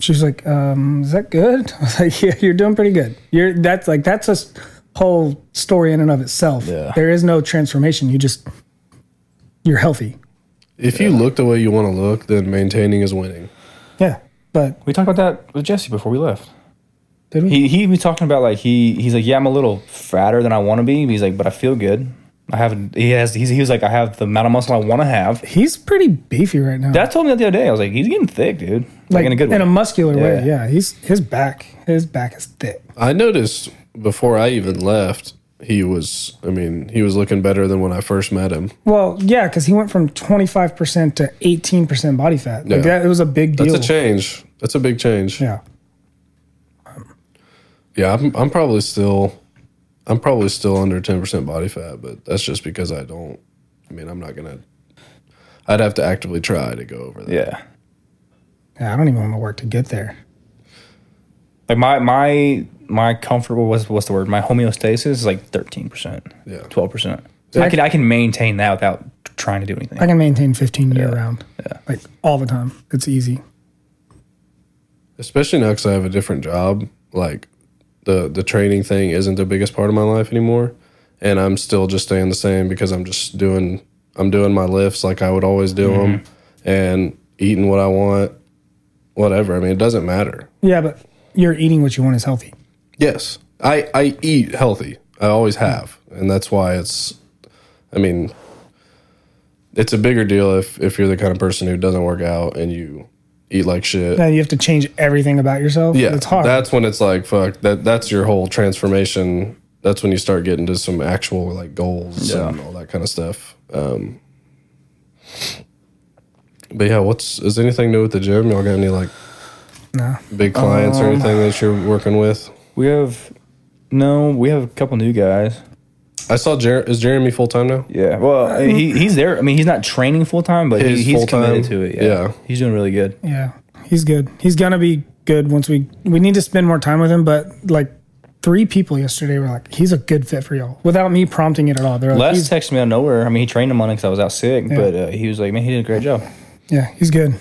Speaker 1: She was like, um, is that good? I was like, yeah, you're doing pretty good. You're that's like that's a s- whole story in and of itself.
Speaker 2: Yeah.
Speaker 1: There is no transformation. You just you're healthy.
Speaker 3: If you look the way you want to look, then maintaining is winning.
Speaker 1: Yeah. But
Speaker 2: We talked about that with Jesse before we left.
Speaker 1: did we?
Speaker 2: He he was talking about like he he's like yeah I'm a little fatter than I want to be. He's like but I feel good. I have he has he's, he was like I have the amount of muscle I want to have.
Speaker 1: He's pretty beefy right now.
Speaker 2: That told me that the other day. I was like he's getting thick, dude. Like, in a good way.
Speaker 1: muscular way.
Speaker 2: Yeah.
Speaker 1: Yeah. He's his back. His back is thick.
Speaker 3: I noticed before I even left, he was, I mean, he was looking better than when I first met him.
Speaker 1: Well, yeah, because he went from 25% to 18% body fat. Like
Speaker 3: Yeah.
Speaker 1: that, it was a big deal.
Speaker 3: That's a change. That's a big change.
Speaker 1: Yeah.
Speaker 3: Yeah, I'm, I'm probably still, I'm probably still under 10% body fat, but that's just because I don't, I mean, I'm not going to, I'd have to actively try to go over that.
Speaker 2: yeah.
Speaker 1: Yeah. I don't even want to work to get there.
Speaker 2: Like my my my comfortable what's what's the word? My homeostasis is like thirteen percent.
Speaker 3: Yeah.
Speaker 2: Twelve percent. So I can I can maintain that without trying to do anything.
Speaker 1: I can maintain 15 year round.
Speaker 2: Yeah.
Speaker 1: Like all the time. It's easy.
Speaker 3: Especially now because I have a different job. Like the, the training thing isn't the biggest part of my life anymore. And I'm still just staying the same because I'm just doing, I'm doing my lifts like I would always do them and eating what I want, whatever. I mean, it doesn't matter.
Speaker 1: Yeah, but you're eating what you want is healthy.
Speaker 3: Yes, I I eat healthy. I always have, and that's why it's. I mean, it's a bigger deal if if you're the kind of person who doesn't work out and you eat like shit.
Speaker 1: Now you have to change everything about yourself.
Speaker 3: yeah,
Speaker 1: it's hard.
Speaker 3: That's when it's like fuck. That that's your whole transformation. That's when you start getting to some actual like goals and all that kind of stuff. Um, but yeah, what's is anything new at the gym? Y'all got any like
Speaker 1: no,
Speaker 3: big clients
Speaker 1: Um,
Speaker 3: or anything that you're working with?
Speaker 2: we have no, we have a couple new guys.
Speaker 3: I saw Jer- is Jeremy full time now?
Speaker 2: Yeah. Well, he he's there. I mean, he's not training full time, but
Speaker 3: He's
Speaker 2: he, he's
Speaker 3: Uh, full-time.
Speaker 2: committed to it. Yeah.
Speaker 3: Yeah.
Speaker 2: He's doing really good.
Speaker 1: yeah, he's good. He's gonna be good once we we need to spend more time with him. But like three people yesterday were like, he's a good fit for y'all without me prompting it at all. They're like,
Speaker 2: Les
Speaker 1: he's,
Speaker 2: texted me out of nowhere. I mean, he trained him on it because I was out sick, but uh, he was like, "Man, he did a great job."
Speaker 1: yeah, he's good.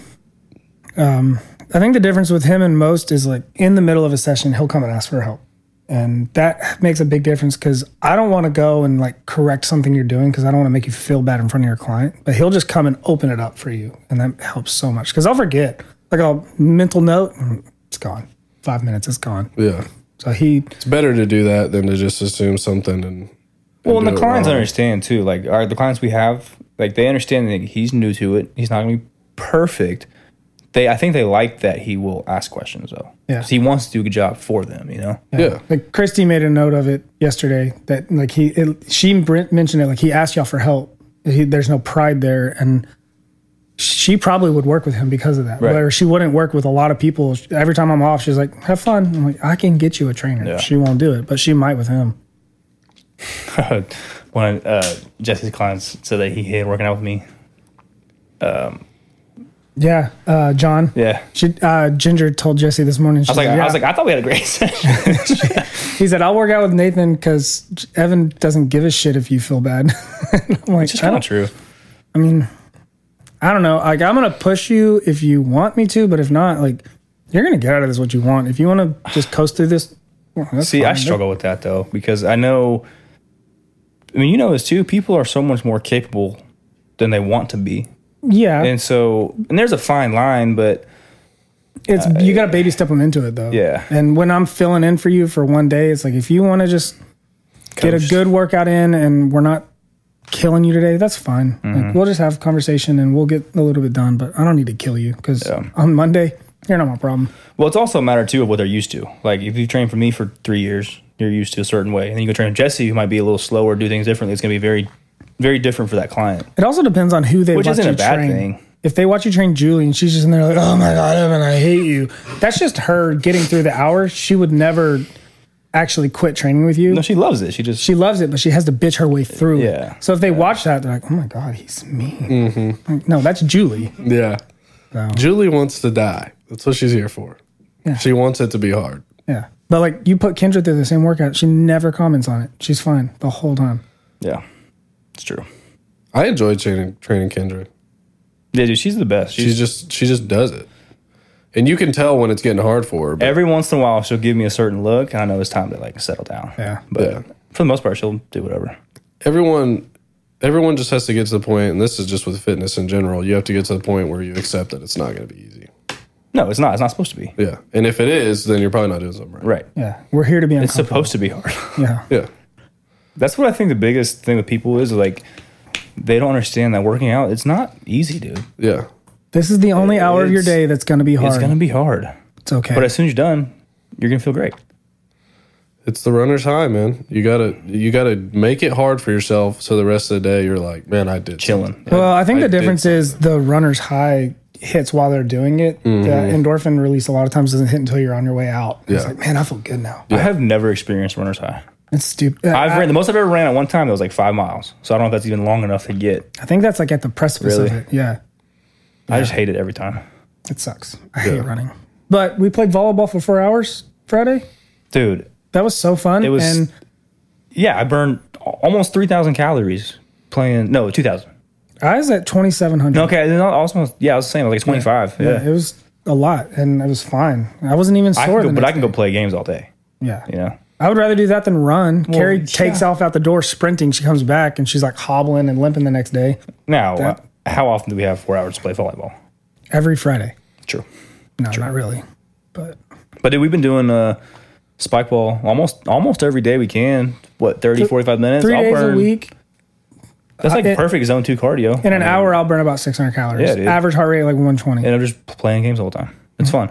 Speaker 1: Um, I think the difference with him and most is like in the middle of a session, he'll come and ask for help. And that makes a big difference because I don't want to go and like correct something you're doing because I don't want to make you feel bad in front of your client. But he'll just come and open it up for you. And that helps so much because I'll forget. Like I'll mental note, mm, it's gone. Five minutes, it's gone.
Speaker 3: Yeah.
Speaker 1: So he,
Speaker 3: It's better to do that than to just assume something and.
Speaker 2: Well, and
Speaker 3: do
Speaker 2: the
Speaker 3: it
Speaker 2: clients
Speaker 3: wrong.
Speaker 2: understand too. Like, our, the clients we have, like, they understand that he's new to it. He's not going to be perfect. They, I think, they like that he will ask questions though.
Speaker 1: Yeah.
Speaker 2: 'Cause he wants to do a good job for them. You know.
Speaker 3: Yeah.
Speaker 1: like Christy made a note of it yesterday that like he, it, she br- mentioned it, like he asked y'all for help. He, there's no pride there. And she probably would work with him because of that.
Speaker 2: Right.
Speaker 1: Where she wouldn't work with a lot of people. Every time I'm off, she's like, have fun. I'm like, I can get you a trainer.
Speaker 2: Yeah.
Speaker 1: She won't do it, but she might with him.
Speaker 2: One of uh, Jesse's clients said that he hated working out with me.
Speaker 1: Yeah. Uh, John.
Speaker 2: Yeah.
Speaker 1: She, uh, Ginger told Jesse this morning.
Speaker 2: I was like, I was like, I thought we had a great session.
Speaker 1: he said, I'll work out with Nathan because Evan doesn't give a shit if you feel bad. I'm like,
Speaker 2: It's
Speaker 1: I
Speaker 2: not
Speaker 1: don't,
Speaker 2: true.
Speaker 1: I don't know. Like, I'm gonna push you if you want me to, but if not, like, you're gonna get out of this what you want. If you want to just coast through this, well, that's
Speaker 2: See, I
Speaker 1: fine.
Speaker 2: struggle with that though because I know. I mean, you know this too. People are so much more capable than they want to be,
Speaker 1: Yeah,
Speaker 2: and so and there's a fine line, but
Speaker 1: it's you gotta baby step them into it though.
Speaker 2: Yeah.
Speaker 1: And when I'm filling in for you for one day, it's like if you want to just get a
Speaker 2: Coast.
Speaker 1: good workout in, and we're not killing you today, that's fine. Like,
Speaker 2: Mm-hmm.
Speaker 1: we'll just have a conversation and we'll get a little bit done. But I don't need to kill you because on Monday you're not my problem.
Speaker 2: well, it's also a matter too of what they're used to. Like if you train for me for three years, you're used to a certain way, and then you go train with Jesse, who might be a little slower, do things differently. It's going to be very, very different for that client.
Speaker 1: It also depends on who they
Speaker 2: Which
Speaker 1: watch
Speaker 2: isn't a
Speaker 1: you
Speaker 2: bad
Speaker 1: train.
Speaker 2: thing.
Speaker 1: If they watch you train Julie and she's just in there like, oh my god, Evan, I hate you. That's just her getting through the hour. She would never actually quit training with you.
Speaker 2: No, she loves it. She just
Speaker 1: she loves it, but she has to bitch her way through. it.
Speaker 2: Yeah.
Speaker 1: So if they watch that, they're like, "Oh my god, he's mean." Like, no, that's Julie.
Speaker 3: Yeah.
Speaker 1: So,
Speaker 3: Julie wants to die. That's what she's here for. She wants it to be hard.
Speaker 1: yeah. But like, you put Kendra through the same workout. She never comments on it. She's fine the whole time.
Speaker 2: yeah, it's true.
Speaker 3: I enjoy training training Kendra.
Speaker 2: Yeah, dude, she's the best. She's,
Speaker 3: She's just she just does it. And you can tell when it's getting hard for her. But
Speaker 2: every once in a while she'll give me a certain look, and I know it's time to like settle down.
Speaker 1: Yeah.
Speaker 2: but
Speaker 3: Yeah.
Speaker 2: for the most part, she'll do whatever.
Speaker 3: everyone everyone just has to get to the point, and this is just with fitness in general, you have to get to the point where you accept that it's not gonna be easy.
Speaker 2: No, it's not. It's not supposed to be.
Speaker 3: Yeah. And if it is, then you're probably not doing something right.
Speaker 2: Right.
Speaker 1: Yeah. We're here to be
Speaker 2: It's
Speaker 1: uncomfortable.
Speaker 2: supposed to be hard.
Speaker 1: yeah.
Speaker 3: Yeah.
Speaker 2: That's what I think the biggest thing with people is like they don't understand that working out it's not easy, dude.
Speaker 3: Yeah.
Speaker 1: This is the only hour of your
Speaker 2: It's-
Speaker 1: day that's going to be hard.
Speaker 2: It's gonna be hard,
Speaker 1: It's okay.
Speaker 2: but as soon as you're done, you're gonna feel great.
Speaker 3: It's the runner's high, man. You gotta you gotta make it hard for yourself so the rest of the day you're like, man, I did something.
Speaker 2: Chilling.
Speaker 1: well, I think
Speaker 3: I
Speaker 1: the
Speaker 3: did
Speaker 1: difference is the runner's high hits while they're doing it.
Speaker 2: Mm-hmm.
Speaker 1: The endorphin release a lot of times doesn't hit until you're on your way out. It's
Speaker 3: Yeah.
Speaker 1: like, man, I feel good now.
Speaker 2: I have never experienced runner's high.
Speaker 1: It's stupid.
Speaker 2: I've
Speaker 1: I,
Speaker 2: ran the most I've ever ran at one time. That was like five miles. So I don't know if that's even long enough to get.
Speaker 1: I think that's like at the precipice of
Speaker 2: Really?
Speaker 1: it. Yeah.
Speaker 2: I just hate it every time,
Speaker 1: It sucks. I hate running. But we played volleyball for four hours Friday.
Speaker 2: dude.
Speaker 1: That was so fun.
Speaker 2: It was-
Speaker 1: and
Speaker 2: Yeah, I burned a- almost three thousand calories playing. No, two thousand.
Speaker 1: I was at twenty seven hundred.
Speaker 2: Okay, then I also yeah, I was the same. I was like twenty five. Yeah,
Speaker 1: It was a lot and it was fine. I wasn't even
Speaker 2: I can
Speaker 1: sore.
Speaker 2: go,
Speaker 1: the
Speaker 2: but I
Speaker 1: next
Speaker 2: can go
Speaker 1: day.
Speaker 2: play games all day.
Speaker 1: Yeah.
Speaker 2: You know.
Speaker 1: I would rather do that than run. Carrie
Speaker 2: yeah.
Speaker 1: takes off out the door sprinting. She comes back and she's like hobbling and limping the next day.
Speaker 2: Now,
Speaker 1: That-
Speaker 2: uh, how often do we have four hours to play volleyball?
Speaker 1: Every Friday.
Speaker 2: True.
Speaker 1: No, not really. But
Speaker 2: But dude, we've been doing uh, spike ball almost almost every day we can. What 30, 45 minutes?
Speaker 1: three days a week.
Speaker 2: That's like
Speaker 1: Uh, it-
Speaker 2: perfect zone two cardio.
Speaker 1: In an hour, I'll burn about 600 calories.
Speaker 2: Yeah, dude.
Speaker 1: Average heart rate like 120.
Speaker 2: and I'm just playing games all the time. It's fun.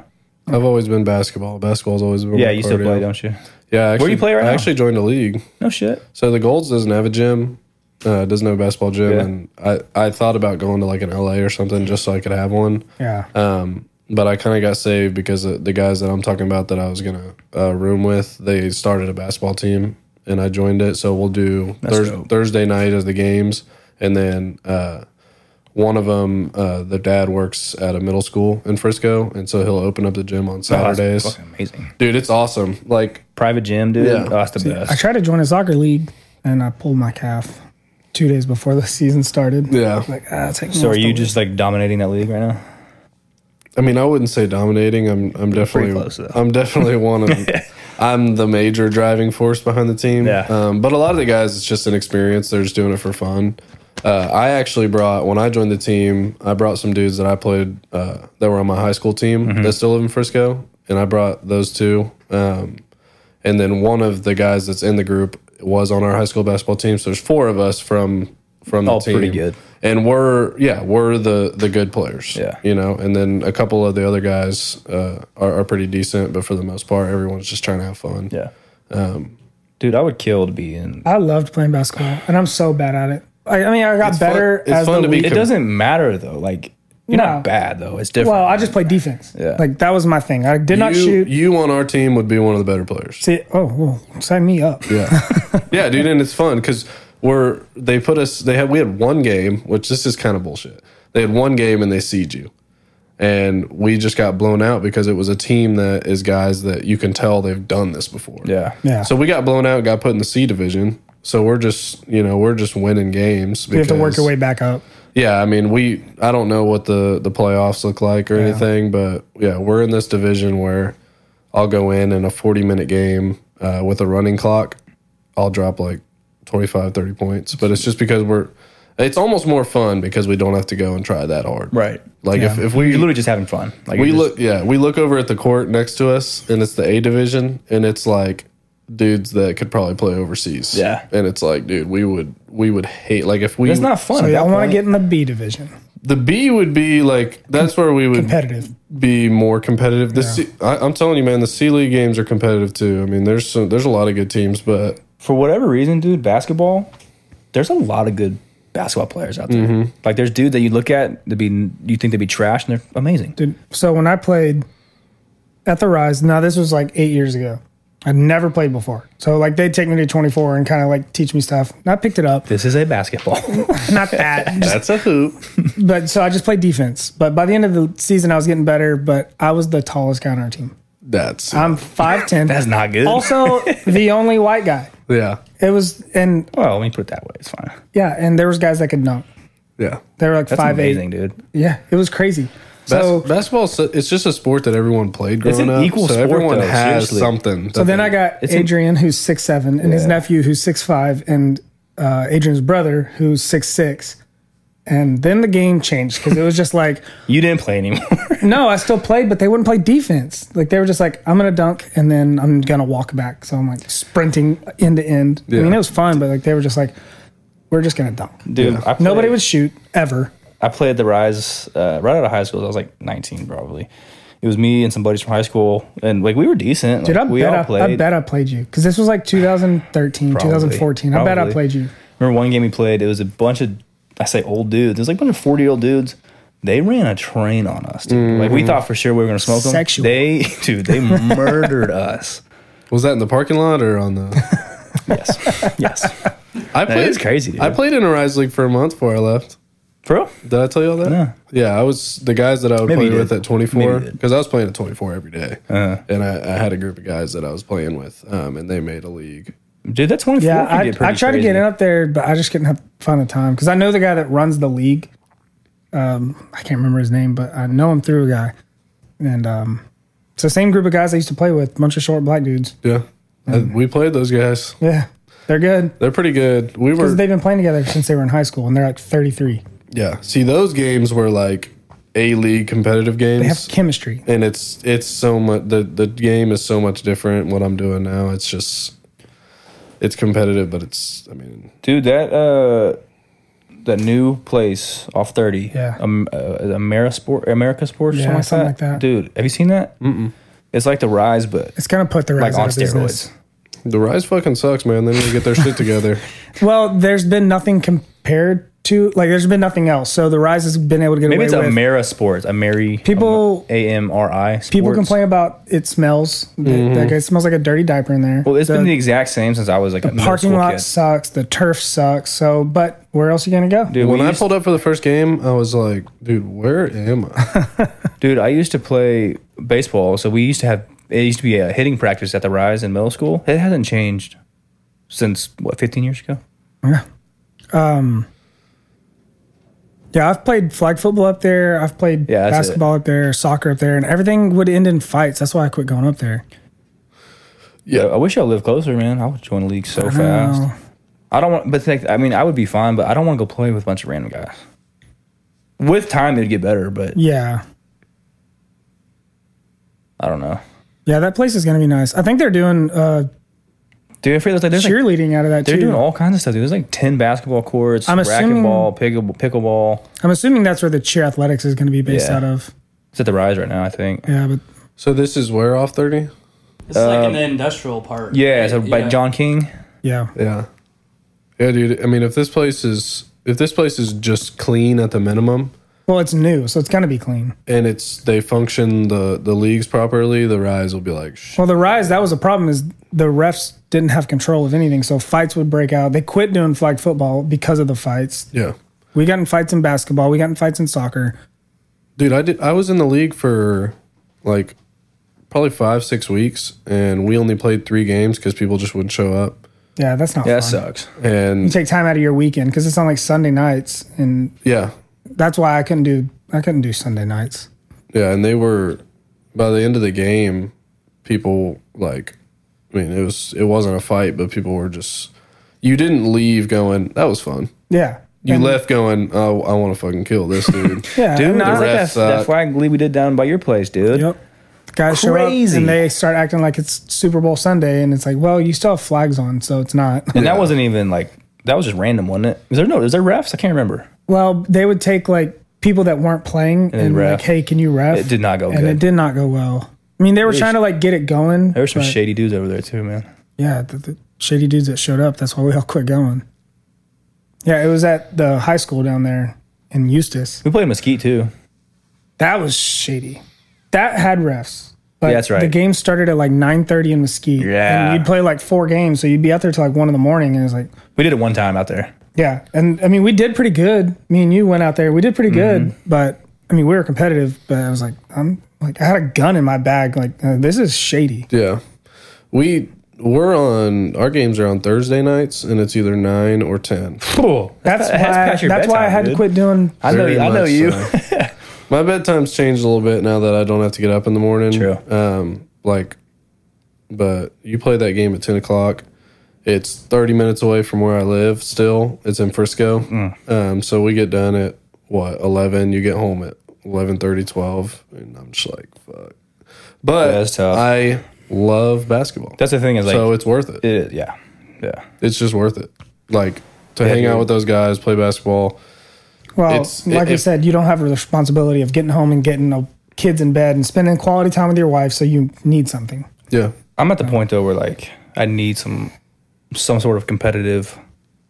Speaker 3: I've always been basketball. Basketball's always been
Speaker 2: Yeah,
Speaker 3: my
Speaker 2: you still
Speaker 3: cardio.
Speaker 2: play, don't you?
Speaker 3: Yeah, actually,
Speaker 2: do you play right
Speaker 3: I
Speaker 2: now?
Speaker 3: actually joined a league.
Speaker 2: No shit.
Speaker 3: So the Golds doesn't have a gym, uh, doesn't have a basketball gym,
Speaker 2: Yeah.
Speaker 3: and I, I thought about going to like an LA or something just so I could have one.
Speaker 1: yeah.
Speaker 3: Um, but I kind of got saved because the the guys that I'm talking about that I was gonna uh, room with, they started a basketball team and I joined it. So we'll do Thurs
Speaker 2: dope.
Speaker 3: Thursday night as the games, and then uh, one of them, uh, the dad works at a middle school in Frisco, and so he'll open up the gym on
Speaker 2: Oh, that's
Speaker 3: Saturdays.
Speaker 2: fucking amazing.
Speaker 3: Dude, it's awesome. Like
Speaker 2: Private gym, dude.
Speaker 3: Yeah.
Speaker 2: Oh, that's the
Speaker 1: I
Speaker 2: best.
Speaker 1: tried to join a soccer league and I pulled my calf two days before the season started.
Speaker 3: Yeah.
Speaker 1: Like, ah, take me
Speaker 2: So
Speaker 1: off
Speaker 2: are
Speaker 1: the
Speaker 2: you
Speaker 1: list.
Speaker 2: just like dominating that league right now?
Speaker 3: I mean, I wouldn't say dominating. I'm I'm definitely
Speaker 2: close, though.
Speaker 3: I'm definitely one of them. I'm the major driving force behind the team.
Speaker 2: Yeah.
Speaker 3: Um, but a lot of the guys, it's just an experience. They're just doing it for fun. Uh, I actually brought when I joined the team, I brought some dudes that I played uh, that were on my high school team
Speaker 2: Mm-hmm.
Speaker 3: that still live in Frisco, and I brought those two. Um, and then one of the guys that's in the group was on our high school basketball team. So there's four of us from from the
Speaker 2: All
Speaker 3: team.
Speaker 2: pretty good.
Speaker 3: And we're yeah, we're the the good players.
Speaker 2: Yeah.
Speaker 3: You know, and then a couple of the other guys uh, are, are pretty decent, but for the most part, everyone's just trying to have fun.
Speaker 2: Yeah. Um, dude, I would kill to be in.
Speaker 1: I loved playing basketball and I'm so bad at it. I, I mean, I got
Speaker 3: It's fun-
Speaker 1: better
Speaker 3: it's
Speaker 1: as
Speaker 3: fun
Speaker 1: the
Speaker 3: to be
Speaker 1: week-
Speaker 2: It
Speaker 3: Cool.
Speaker 2: doesn't matter though. Like you're
Speaker 1: No.
Speaker 2: not bad though. It's different.
Speaker 1: Well, I just played defense.
Speaker 2: Yeah.
Speaker 1: Like that was my thing. I did not
Speaker 3: you,
Speaker 1: shoot.
Speaker 3: you on our team would be one of the better players.
Speaker 1: See, oh, well, sign me up.
Speaker 3: Yeah, yeah, dude, and it's fun because we're they put us. They had we had one game, which this is kind of bullshit. They had one game and they seed you, and we just got blown out because it was a team that is guys that you can tell they've done this before.
Speaker 2: yeah.
Speaker 1: Yeah.
Speaker 3: So we got blown out, got put in the C division. So we're just you know we're just winning games.
Speaker 1: you have to work
Speaker 3: because-
Speaker 1: your way back up.
Speaker 3: Yeah, I mean we I don't know what the the playoffs look like or anything, but yeah, we're in this division where I'll go in in a 40 minute game uh, with a running clock. I'll drop like 25, 30 points, but it's just because we're it's almost more fun because we don't have to go and try that hard.
Speaker 2: Right.
Speaker 3: Like if,
Speaker 1: Yeah.
Speaker 3: if we
Speaker 2: You're literally just having fun. Like
Speaker 3: we
Speaker 2: you're just-
Speaker 3: look, yeah, we look over at the court next to us, and it's the A division, and it's like dudes that could probably play overseas.
Speaker 2: Yeah.
Speaker 3: and it's like, dude, we would we would hate like if we.
Speaker 2: It's not fun.
Speaker 1: So
Speaker 2: at
Speaker 1: y'all
Speaker 2: that
Speaker 1: want to
Speaker 2: point.
Speaker 1: get in the B division.
Speaker 3: The B would be like that's where we would
Speaker 1: Competitive.
Speaker 3: be more competitive. The C, I, I'm telling you, man, the C league games are competitive too. I mean, there's some, there's a lot of good teams, but
Speaker 2: for whatever reason, dude, basketball. There's a lot of good basketball players out there.
Speaker 3: Mm-hmm.
Speaker 2: Like there's dudes that you look at that be you think they'd be trash and they're amazing.
Speaker 1: Dude, so when I played at the Rise, now this was like eight years ago. I'd never played before. So like they'd take me to 24 and kind of like teach me stuff. And I picked it up.
Speaker 2: This is a basketball.
Speaker 1: Not that. Just-
Speaker 3: That's a hoop.
Speaker 1: but so I just played defense. But by the end of the season, I was getting better, but I was the tallest guy on our team.
Speaker 3: That's
Speaker 2: Uh,
Speaker 1: I'm 5'10.
Speaker 2: That's not good.
Speaker 1: also the only white guy.
Speaker 3: yeah,
Speaker 1: It was and
Speaker 2: well, let me put it that way. It's fine.
Speaker 1: yeah, and there was guys that could dunk.
Speaker 3: yeah.
Speaker 1: They were like
Speaker 2: That's
Speaker 1: five
Speaker 2: amazing, dude.
Speaker 1: eight. Yeah, it was crazy.
Speaker 3: So
Speaker 1: So
Speaker 3: basketball, it's just a sport that everyone played growing
Speaker 2: It's an
Speaker 3: up.
Speaker 2: equal
Speaker 3: so
Speaker 2: sport,
Speaker 3: everyone
Speaker 2: though,
Speaker 3: has
Speaker 2: seriously.
Speaker 3: something.
Speaker 1: so then I got
Speaker 2: It's a-
Speaker 1: Adrian, who's six seven, and his
Speaker 2: Yeah.
Speaker 1: nephew, who's six five, and uh, Adrian's brother, who's six six. And then the game changed because it was just like,
Speaker 2: You didn't play anymore.
Speaker 1: no, I still played, but they wouldn't play defense. Like they were just like, I'm gonna dunk and then I'm gonna walk back. So I'm like sprinting end to end. I mean,
Speaker 3: Yeah.
Speaker 1: it was fun, but like they were just like, we're just gonna dunk.
Speaker 2: Dude, I played,
Speaker 1: Nobody would shoot ever.
Speaker 2: I played the Rise uh, right out of high school. I was like 19 probably. It was me and some buddies from high school, and like we were decent.
Speaker 1: Dude, I
Speaker 2: Like, we
Speaker 1: bet
Speaker 2: all
Speaker 1: I,
Speaker 2: played.
Speaker 1: I bet I played you because this was like 2013,
Speaker 2: Probably.
Speaker 1: 2014. I bet I
Speaker 2: Probably.
Speaker 1: played you.
Speaker 2: Remember one game we played? It was a bunch of I say old dudes. It was like a bunch of forty year old dudes. They ran a train on us. Dude. Like we thought for sure we were gonna smoke them.
Speaker 1: Mm-hmm. Sexual.
Speaker 2: They dude, they murdered us.
Speaker 3: was that in the parking lot or on the?
Speaker 2: Yes, yes.
Speaker 3: I played.
Speaker 2: is crazy, dude.
Speaker 3: I played in a rise league for a month before I left.
Speaker 2: For real?
Speaker 3: Did I tell you all that?
Speaker 2: No.
Speaker 3: Yeah, I was the guys that I would
Speaker 2: Maybe you
Speaker 3: play with
Speaker 2: did.
Speaker 3: at 24
Speaker 2: Maybe you did.
Speaker 3: because I was playing at 24 every day.
Speaker 2: Uh-huh.
Speaker 3: and I, I had a group of guys that I was playing with, um, and they made a league.
Speaker 2: Dude, that twenty four.
Speaker 1: Yeah, I, I tried to get in up there, but I just couldn't have find the time because I know the guy that runs the league. Um, I can't remember his name, but I know him through a guy, and um, it's the same group of guys I used to play with, bunch of short black dudes.
Speaker 3: Yeah,
Speaker 2: Mm-hmm.
Speaker 3: And we played those guys.
Speaker 1: Yeah, they're good
Speaker 3: They're pretty good. We were
Speaker 1: because they've been playing together since they were in high school, and they're like 33.
Speaker 3: yeah. See, those games were like a league competitive games.
Speaker 1: They have chemistry.
Speaker 3: and it's it's so much the the game is so much different what i'm doing now it's just it's competitive but it's i mean
Speaker 2: Dude, that uh that new place off thirty.
Speaker 1: Yeah.
Speaker 2: Um, uh, Amerisport America Sports,
Speaker 1: Yeah,
Speaker 2: something, like,
Speaker 1: something
Speaker 2: that.
Speaker 1: like that.
Speaker 2: Dude, have you seen that? Mm-mm. It's like the rise, but
Speaker 1: It's gonna put the
Speaker 2: like
Speaker 1: rise
Speaker 2: on
Speaker 1: out of
Speaker 2: steroids.
Speaker 1: business.
Speaker 3: the rise fucking sucks man they need to get their shit together
Speaker 1: Well, there's been nothing compared to like there's been nothing else. So the rise has been able to get
Speaker 2: Maybe
Speaker 1: away
Speaker 2: it's
Speaker 1: with.
Speaker 2: Amera Sports. Ameri
Speaker 1: People-
Speaker 2: A M R I.
Speaker 1: People
Speaker 2: Sports. Mm-hmm.
Speaker 1: complain about it smells. Like it smells like a dirty diaper in there.
Speaker 2: Well, it's
Speaker 1: the
Speaker 2: been the exact same since I was like a middle
Speaker 1: parking
Speaker 2: school
Speaker 1: lot
Speaker 2: kid.
Speaker 1: sucks. The turf sucks. So, but where else are you gonna go?
Speaker 2: Dude,
Speaker 3: when
Speaker 2: we
Speaker 3: i
Speaker 2: used-
Speaker 3: pulled up for the first game i was like dude where am i
Speaker 2: Dude, I used to play baseball, so we used to have it used to be a hitting practice at the Rise in middle school. It hasn't changed since what, fifteen years ago?
Speaker 1: Yeah, I've played flag football up there. I've played
Speaker 2: Yeah, that's
Speaker 1: basketball up there, soccer up there, and everything would end in fights. That's why I quit going up there.
Speaker 2: I I wish I lived closer, man. I would join a league so fast.
Speaker 1: Oh,
Speaker 2: I don't want, but like, I mean, I would be fine, but I don't want to go play with a bunch of random guys. With time, it'd get better, but
Speaker 1: yeah,
Speaker 2: I don't know.
Speaker 1: yeah. That place is gonna be nice. I think they're doing uh,
Speaker 2: Dude, I feel like there's like,
Speaker 1: cheerleading out of that
Speaker 2: they're
Speaker 1: too.
Speaker 2: doing all kinds of stuff. Dude. There's like ten basketball courts,
Speaker 1: I'm assuming-
Speaker 2: racquetball, pickleball, pickleball.
Speaker 1: I'm assuming that's where the cheer athletics is gonna be based
Speaker 2: Yeah.
Speaker 1: out of.
Speaker 2: It's at the Rise right now, I think.
Speaker 1: Yeah, but
Speaker 3: so this is where off 30
Speaker 4: It's like in the industrial part.
Speaker 2: Uh, Yeah, so
Speaker 4: right?
Speaker 2: by
Speaker 4: Yeah.
Speaker 2: John King.
Speaker 1: yeah,
Speaker 3: yeah yeah dude i mean if this place is if this place is just clean at the minimum
Speaker 1: well, it's new, so it's gonna be clean.
Speaker 3: and it's they function the the leagues properly the rise will be like Shh.
Speaker 1: Well, the rise that was a problem is the refs didn't have control of anything, so fights would break out. They quit doing flag football because of the fights.
Speaker 3: yeah
Speaker 1: We got in fights in basketball. We got in fights in soccer.
Speaker 3: dude i did i was in the league for like probably five six weeks and we only played three games because people just wouldn't show up
Speaker 1: Yeah, that's not.
Speaker 2: Yeah,
Speaker 1: Yeah,
Speaker 2: that sucks.
Speaker 3: and
Speaker 1: take time out of your weekend because it's on like Sunday nights, and
Speaker 3: yeah
Speaker 1: that's why I couldn't do I couldn't do Sunday nights.
Speaker 3: yeah and they were by the end of the game people like i mean it was it wasn't a fight but people were just you didn't leave going that was fun
Speaker 1: Yeah,
Speaker 3: you
Speaker 1: And-
Speaker 3: left going oh i want to fucking kill this dude
Speaker 1: Yeah,
Speaker 2: Dude, uh,
Speaker 1: and I-
Speaker 2: that's like that,
Speaker 3: refs
Speaker 2: that
Speaker 3: suck.
Speaker 2: flag league we did down by your place, dude.
Speaker 1: Yep. Guys show up
Speaker 2: Crazy.
Speaker 1: and they start acting like it's Super Bowl Sunday, and it's like, well, you still have flags on, so it's not.
Speaker 2: And
Speaker 3: Yeah.
Speaker 2: that wasn't even like that was just random, wasn't it? Is there no? Is there refs? I can't remember.
Speaker 1: Well, they would take like people that weren't playing and,
Speaker 2: then
Speaker 1: like,
Speaker 2: ref.
Speaker 1: hey, can you ref?
Speaker 2: It did not go
Speaker 1: and
Speaker 2: good.
Speaker 1: it did not go well. I mean, they were trying to like get it going.
Speaker 2: There were some
Speaker 1: but,
Speaker 2: shady dudes over there too, man.
Speaker 1: Yeah, the, the shady dudes that showed up. That's why we all quit going. Yeah, it was at the high school down there in Eustis.
Speaker 2: We played Mesquite too.
Speaker 1: That was shady. That had refs. Like,
Speaker 2: that's right.
Speaker 1: The game started at like nine thirty in Mesquite.
Speaker 2: Yeah.
Speaker 1: and you'd play like four games, so you'd be out there till like one in the morning, and it was like,
Speaker 2: We did it one time out there.
Speaker 1: yeah. And I mean, we did pretty good. Me and you went out there, we did pretty good,
Speaker 2: Mm-hmm.
Speaker 1: but I mean, we were competitive. But I was like, I'm like, I had a gun in my bag. Like, uh, this is shady.
Speaker 3: Yeah. We we're on our games are on Thursday nights and it's either 9 or 10.
Speaker 2: Cool.
Speaker 1: That's why. That's, why I had to quit doing.
Speaker 2: I know.
Speaker 3: Very
Speaker 2: I know
Speaker 3: much
Speaker 2: you.
Speaker 3: so. My bedtime's changed a little bit now that I don't have to get up in the morning.
Speaker 2: True.
Speaker 3: Um, like, but you play that game at ten o'clock. It's thirty minutes away from where I live. Still, it's in Frisco.
Speaker 2: Mm.
Speaker 3: Um, so we get done at what eleven. You get home at 11, 12. and I'm just like fuck. But
Speaker 2: Yeah, that's tough.
Speaker 3: I love basketball.
Speaker 2: That's the thing is like
Speaker 3: so it's worth it.
Speaker 2: it is, yeah, yeah.
Speaker 3: It's just worth it. Like to hang
Speaker 2: dude.
Speaker 3: out with those guys, play basketball.
Speaker 1: Well,
Speaker 3: It's-
Speaker 1: like I
Speaker 3: if-
Speaker 1: said, you don't have the responsibility of getting home and getting the kids in bed and spending quality time with your wife. So you need something.
Speaker 3: Yeah.
Speaker 2: I'm at the point though where like I need some some sort of competitive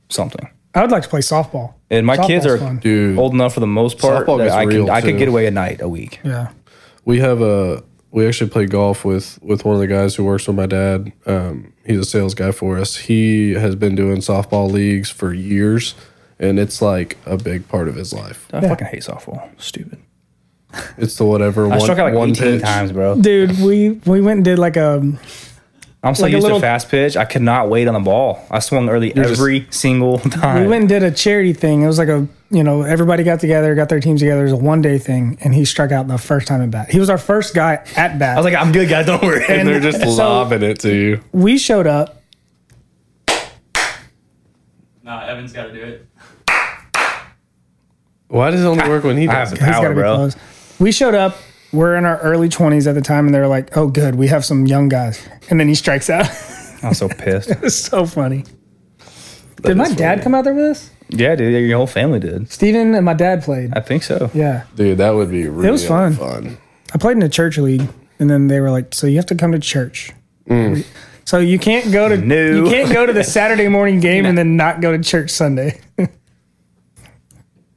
Speaker 2: something.
Speaker 1: I would like to play softball.
Speaker 2: And my kids
Speaker 1: Softball's
Speaker 2: are
Speaker 1: fun.
Speaker 3: Dude.
Speaker 2: old enough for the most part
Speaker 3: Softball
Speaker 2: that
Speaker 3: gets
Speaker 2: I can
Speaker 3: real,
Speaker 2: I could
Speaker 3: too.
Speaker 2: get away a night a week.
Speaker 1: Yeah.
Speaker 3: we have a we actually play golf with with one of the guys who works with my dad um, he's a sales guy for us he has been doing softball leagues for years and it's like a big part of his life
Speaker 2: I fucking hate softball. Stupid.
Speaker 3: it's the whatever
Speaker 2: I
Speaker 3: one,
Speaker 2: struck out like
Speaker 3: one
Speaker 2: 18
Speaker 3: pitch
Speaker 2: times, bro.
Speaker 1: Dude, we we went and did like a
Speaker 2: I'm so
Speaker 1: Like a
Speaker 2: used
Speaker 1: little-
Speaker 2: to fast pitch. I could not wait on the ball. I swung early
Speaker 3: just-
Speaker 2: every single time.
Speaker 1: we went and did a charity thing. It was like a you know everybody got together, got their teams together. It was a one day thing, and he struck out the first time at bat. He was our first guy at bat.
Speaker 2: I was like, I'm good, guys. Don't worry.
Speaker 3: and they're just lobbing it to you
Speaker 1: we showed up.
Speaker 4: Nah, Evan's got to do it.
Speaker 3: why does it only work when he
Speaker 2: I
Speaker 3: does
Speaker 2: have the
Speaker 3: it?
Speaker 1: He's got
Speaker 2: power,
Speaker 1: to be
Speaker 2: bro.
Speaker 1: close. We showed up. We're in our early twenties at the time, and they're like, "Oh, good, we have some young guys." And then he strikes out.
Speaker 2: I'm so pissed.
Speaker 1: it's so funny. did my
Speaker 3: is
Speaker 1: dad
Speaker 3: funny.
Speaker 1: come out there with us?
Speaker 2: yeah, dude. Your whole family did.
Speaker 1: Steven and my dad played.
Speaker 2: I think so.
Speaker 1: Yeah,
Speaker 3: dude that would be really
Speaker 1: fun.
Speaker 3: fun.
Speaker 1: I played in a church league, and then they were like, "So you have to come to church." So you can't go to
Speaker 2: Mm. No.
Speaker 1: you can't go to the Saturday morning game and then not go to church Sunday.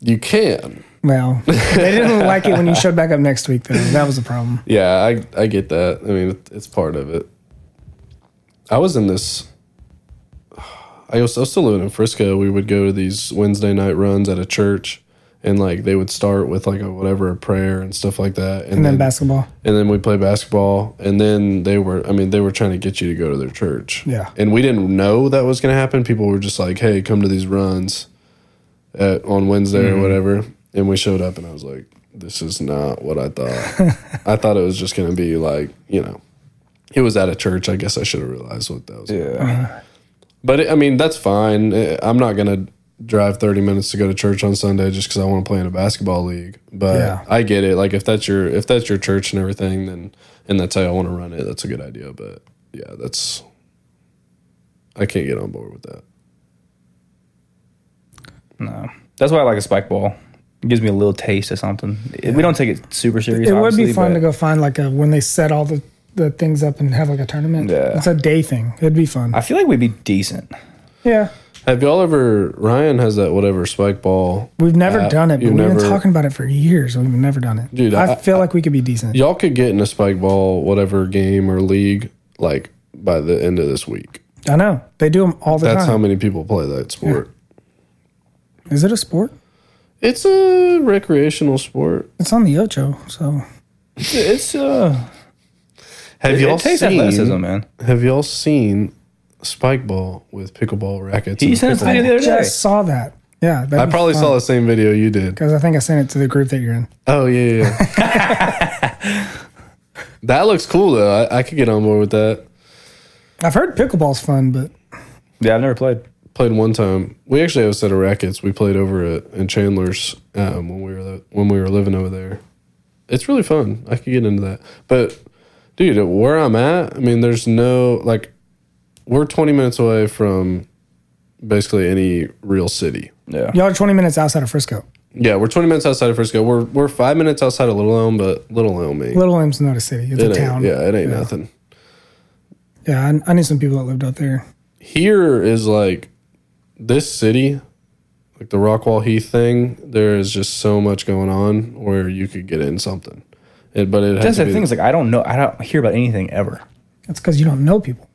Speaker 3: you can
Speaker 1: Well, they didn't like it when you showed back up next week, though. That was a problem.
Speaker 3: yeah i i get that i mean it- it's part of it i was in this I was, I was still living in Frisco. We would go to these Wednesday night runs at a church, and like they would start with like a whatever a prayer and stuff like that, and,
Speaker 1: And then basketball.
Speaker 3: and then we play basketball, and then they were I mean they were trying to get you to go to their church,
Speaker 1: Yeah.
Speaker 3: and we didn't know that was going to happen. People were just like, hey, come to these runs, at on Wednesday or whatever, and we showed up, and I was like, this is not what I thought. I thought it was just going to be like you know, it was at a church. I guess I should have realized what that was.
Speaker 2: Yeah.
Speaker 3: But it, I mean, that's fine. Eh, I'm not gonna drive 30 minutes to go to church on Sunday just because I want to play in a basketball league. But
Speaker 1: Yeah.
Speaker 3: I get it. Like if that's your if that's your church and everything, then and that's how I want to run it. That's a good idea. But yeah, that's I can't get on board with that.
Speaker 2: No. That's why I like a spike ball. It gives me a little taste of something. It- We don't take it super serious.
Speaker 1: It would be
Speaker 2: obviously,
Speaker 1: fun
Speaker 2: but
Speaker 1: to go find like a when they set all the, the things up and have like a tournament.
Speaker 2: Yeah.
Speaker 1: It's a day thing. It'd be fun.
Speaker 2: I feel like we'd be decent.
Speaker 1: yeah.
Speaker 3: Have y'all ever? Ryan has that whatever spike ball.
Speaker 1: We've never
Speaker 3: app.
Speaker 1: done it, but
Speaker 3: You've
Speaker 1: we've
Speaker 3: never-
Speaker 1: been talking about it for years. and We've never done it.
Speaker 3: Dude,
Speaker 1: I,
Speaker 3: I-
Speaker 1: feel like we could be decent.
Speaker 3: Y'all could get in a spike ball whatever game or league like by the end of this week.
Speaker 1: I know. They do them all the
Speaker 3: That's how
Speaker 1: time.
Speaker 3: many people play that sport.
Speaker 1: Is it a sport?
Speaker 3: It's a recreational sport.
Speaker 1: It's on the Ocho, so
Speaker 2: It's uh,
Speaker 3: Have
Speaker 2: it,
Speaker 3: y'all
Speaker 2: it takes
Speaker 3: seen?
Speaker 2: athleticism, man.
Speaker 3: Have y'all seen spike ball with pickleball rackets?
Speaker 2: He
Speaker 3: and
Speaker 2: sent us a video
Speaker 3: pickleball?
Speaker 2: the other day.
Speaker 1: just saw that. Yeah.
Speaker 3: I probably saw the same video you did.
Speaker 1: because I think I sent it to the group that you're in.
Speaker 3: Oh yeah, yeah. yeah. that looks cool though. I, I could get on board with that.
Speaker 1: I've heard pickleball's fun, but
Speaker 2: Yeah, I've never played.
Speaker 3: Played one time. We actually have a set of rackets. We played over at in Chandler's um, when we were li- when we were living over there. It's really fun. I could get into that. But dude, at where I'm at, I mean, there's no like, we're 20 minutes away from basically any real city.
Speaker 2: Yeah.
Speaker 1: y'all are 20 minutes outside of Frisco.
Speaker 3: Yeah, we're 20 minutes outside of Frisco. We're we're five minutes outside of Little Elm, but Little Elm ain't.
Speaker 1: Little M's not a city; it's
Speaker 3: it
Speaker 1: a
Speaker 3: ain't
Speaker 1: town.
Speaker 3: Yeah, it ain't nothing.
Speaker 1: Yeah, I, I knew some people that lived out there.
Speaker 3: Here is like this city, like the Rockwall Heath thing. There is just so much going on where you could get in something, It, but it had
Speaker 2: That's
Speaker 3: to
Speaker 2: the
Speaker 3: be
Speaker 2: thing. Is like I don't know. I don't hear about anything ever.
Speaker 1: That's because you don't know people.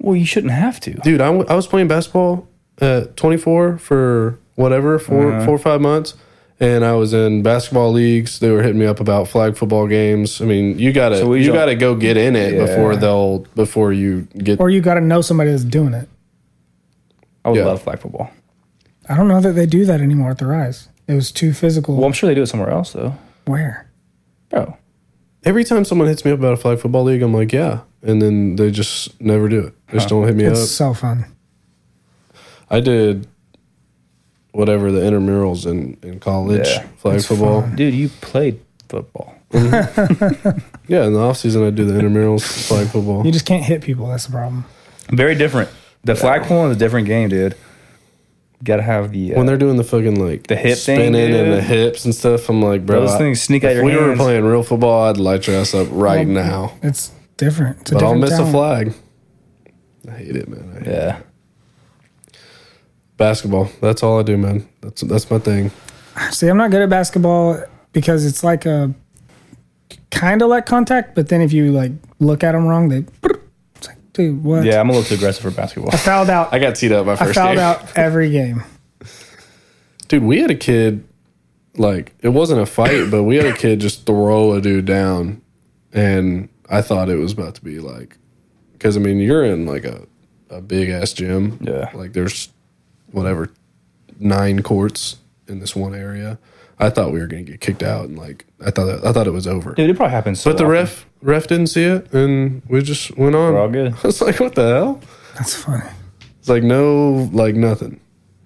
Speaker 2: Well, you shouldn't have to.
Speaker 3: dude. I, w- I was playing basketball at 24 for whatever 4
Speaker 2: Uh-huh.
Speaker 3: four or five months, and I was in basketball leagues. They were hitting me up about flag football games. I mean, you gotta
Speaker 2: So we
Speaker 3: you
Speaker 2: don't-
Speaker 3: gotta go get in it
Speaker 2: Yeah.
Speaker 3: before they'll before you get.
Speaker 1: Or you got to know somebody that's doing it.
Speaker 2: I would
Speaker 3: Yeah.
Speaker 2: love flag football.
Speaker 1: I don't know that they do that anymore at the Rise. It was too physical.
Speaker 2: Well, I'm sure they do it somewhere else though.
Speaker 1: Where?
Speaker 2: Bro,
Speaker 3: Every time someone hits me up about a flag football league, I'm like, yeah, and then they just never do it. They just don't hit me
Speaker 1: It's
Speaker 3: up.
Speaker 1: so fun.
Speaker 3: I did whatever the intramurals in in college
Speaker 2: Yeah.
Speaker 3: flag
Speaker 1: That's
Speaker 3: football.
Speaker 1: fun.
Speaker 2: dude, you played football.
Speaker 3: Yeah, in the off season, I do the intramurals flag football.
Speaker 1: You just can't hit people. That's the problem.
Speaker 2: Very different. The flag pulling is a different game, dude. Gotta have the uh,
Speaker 3: when they're doing the fucking like
Speaker 2: The hip thing,
Speaker 3: spinning and
Speaker 2: dude.
Speaker 3: the hips and stuff, I'm like, bro,
Speaker 2: Those
Speaker 3: I-
Speaker 2: things sneak out
Speaker 3: if
Speaker 2: your
Speaker 3: we were
Speaker 2: hands.
Speaker 3: playing real football, I'd light your ass up right
Speaker 1: Well,
Speaker 3: now,
Speaker 1: It's different. It's a
Speaker 3: but I'll
Speaker 1: different
Speaker 3: miss a
Speaker 1: talent.
Speaker 3: flag. I hate it, man. I hate it.
Speaker 2: uh, yeah.
Speaker 3: Basketball. That's all I do, man. That's that's my thing.
Speaker 1: See, I'm not good at basketball because it's like a kind of like contact, but then if you like look at them wrong, they. It's like, dude, what?
Speaker 2: Yeah, I'm a little too aggressive for basketball.
Speaker 1: I fouled out.
Speaker 3: I
Speaker 1: I,
Speaker 3: got teed up my first
Speaker 1: fouled
Speaker 3: game,
Speaker 1: out every game.
Speaker 3: dude. We had a kid. Like it wasn't a fight, but we had a kid just throw a dude down, and I thought it was about to be like, because I mean you're in like a a big ass gym,
Speaker 2: Yeah.
Speaker 3: Like there's whatever nine courts in this one area. I thought we were gonna get kicked out, and like I thought I thought it was over.
Speaker 2: Dude, it probably happens. So
Speaker 3: but the
Speaker 2: often.
Speaker 3: ref ref didn't see it, and we just went on.
Speaker 2: all good.
Speaker 3: I was like, what the hell?
Speaker 1: That's funny.
Speaker 3: It's like no, like nothing.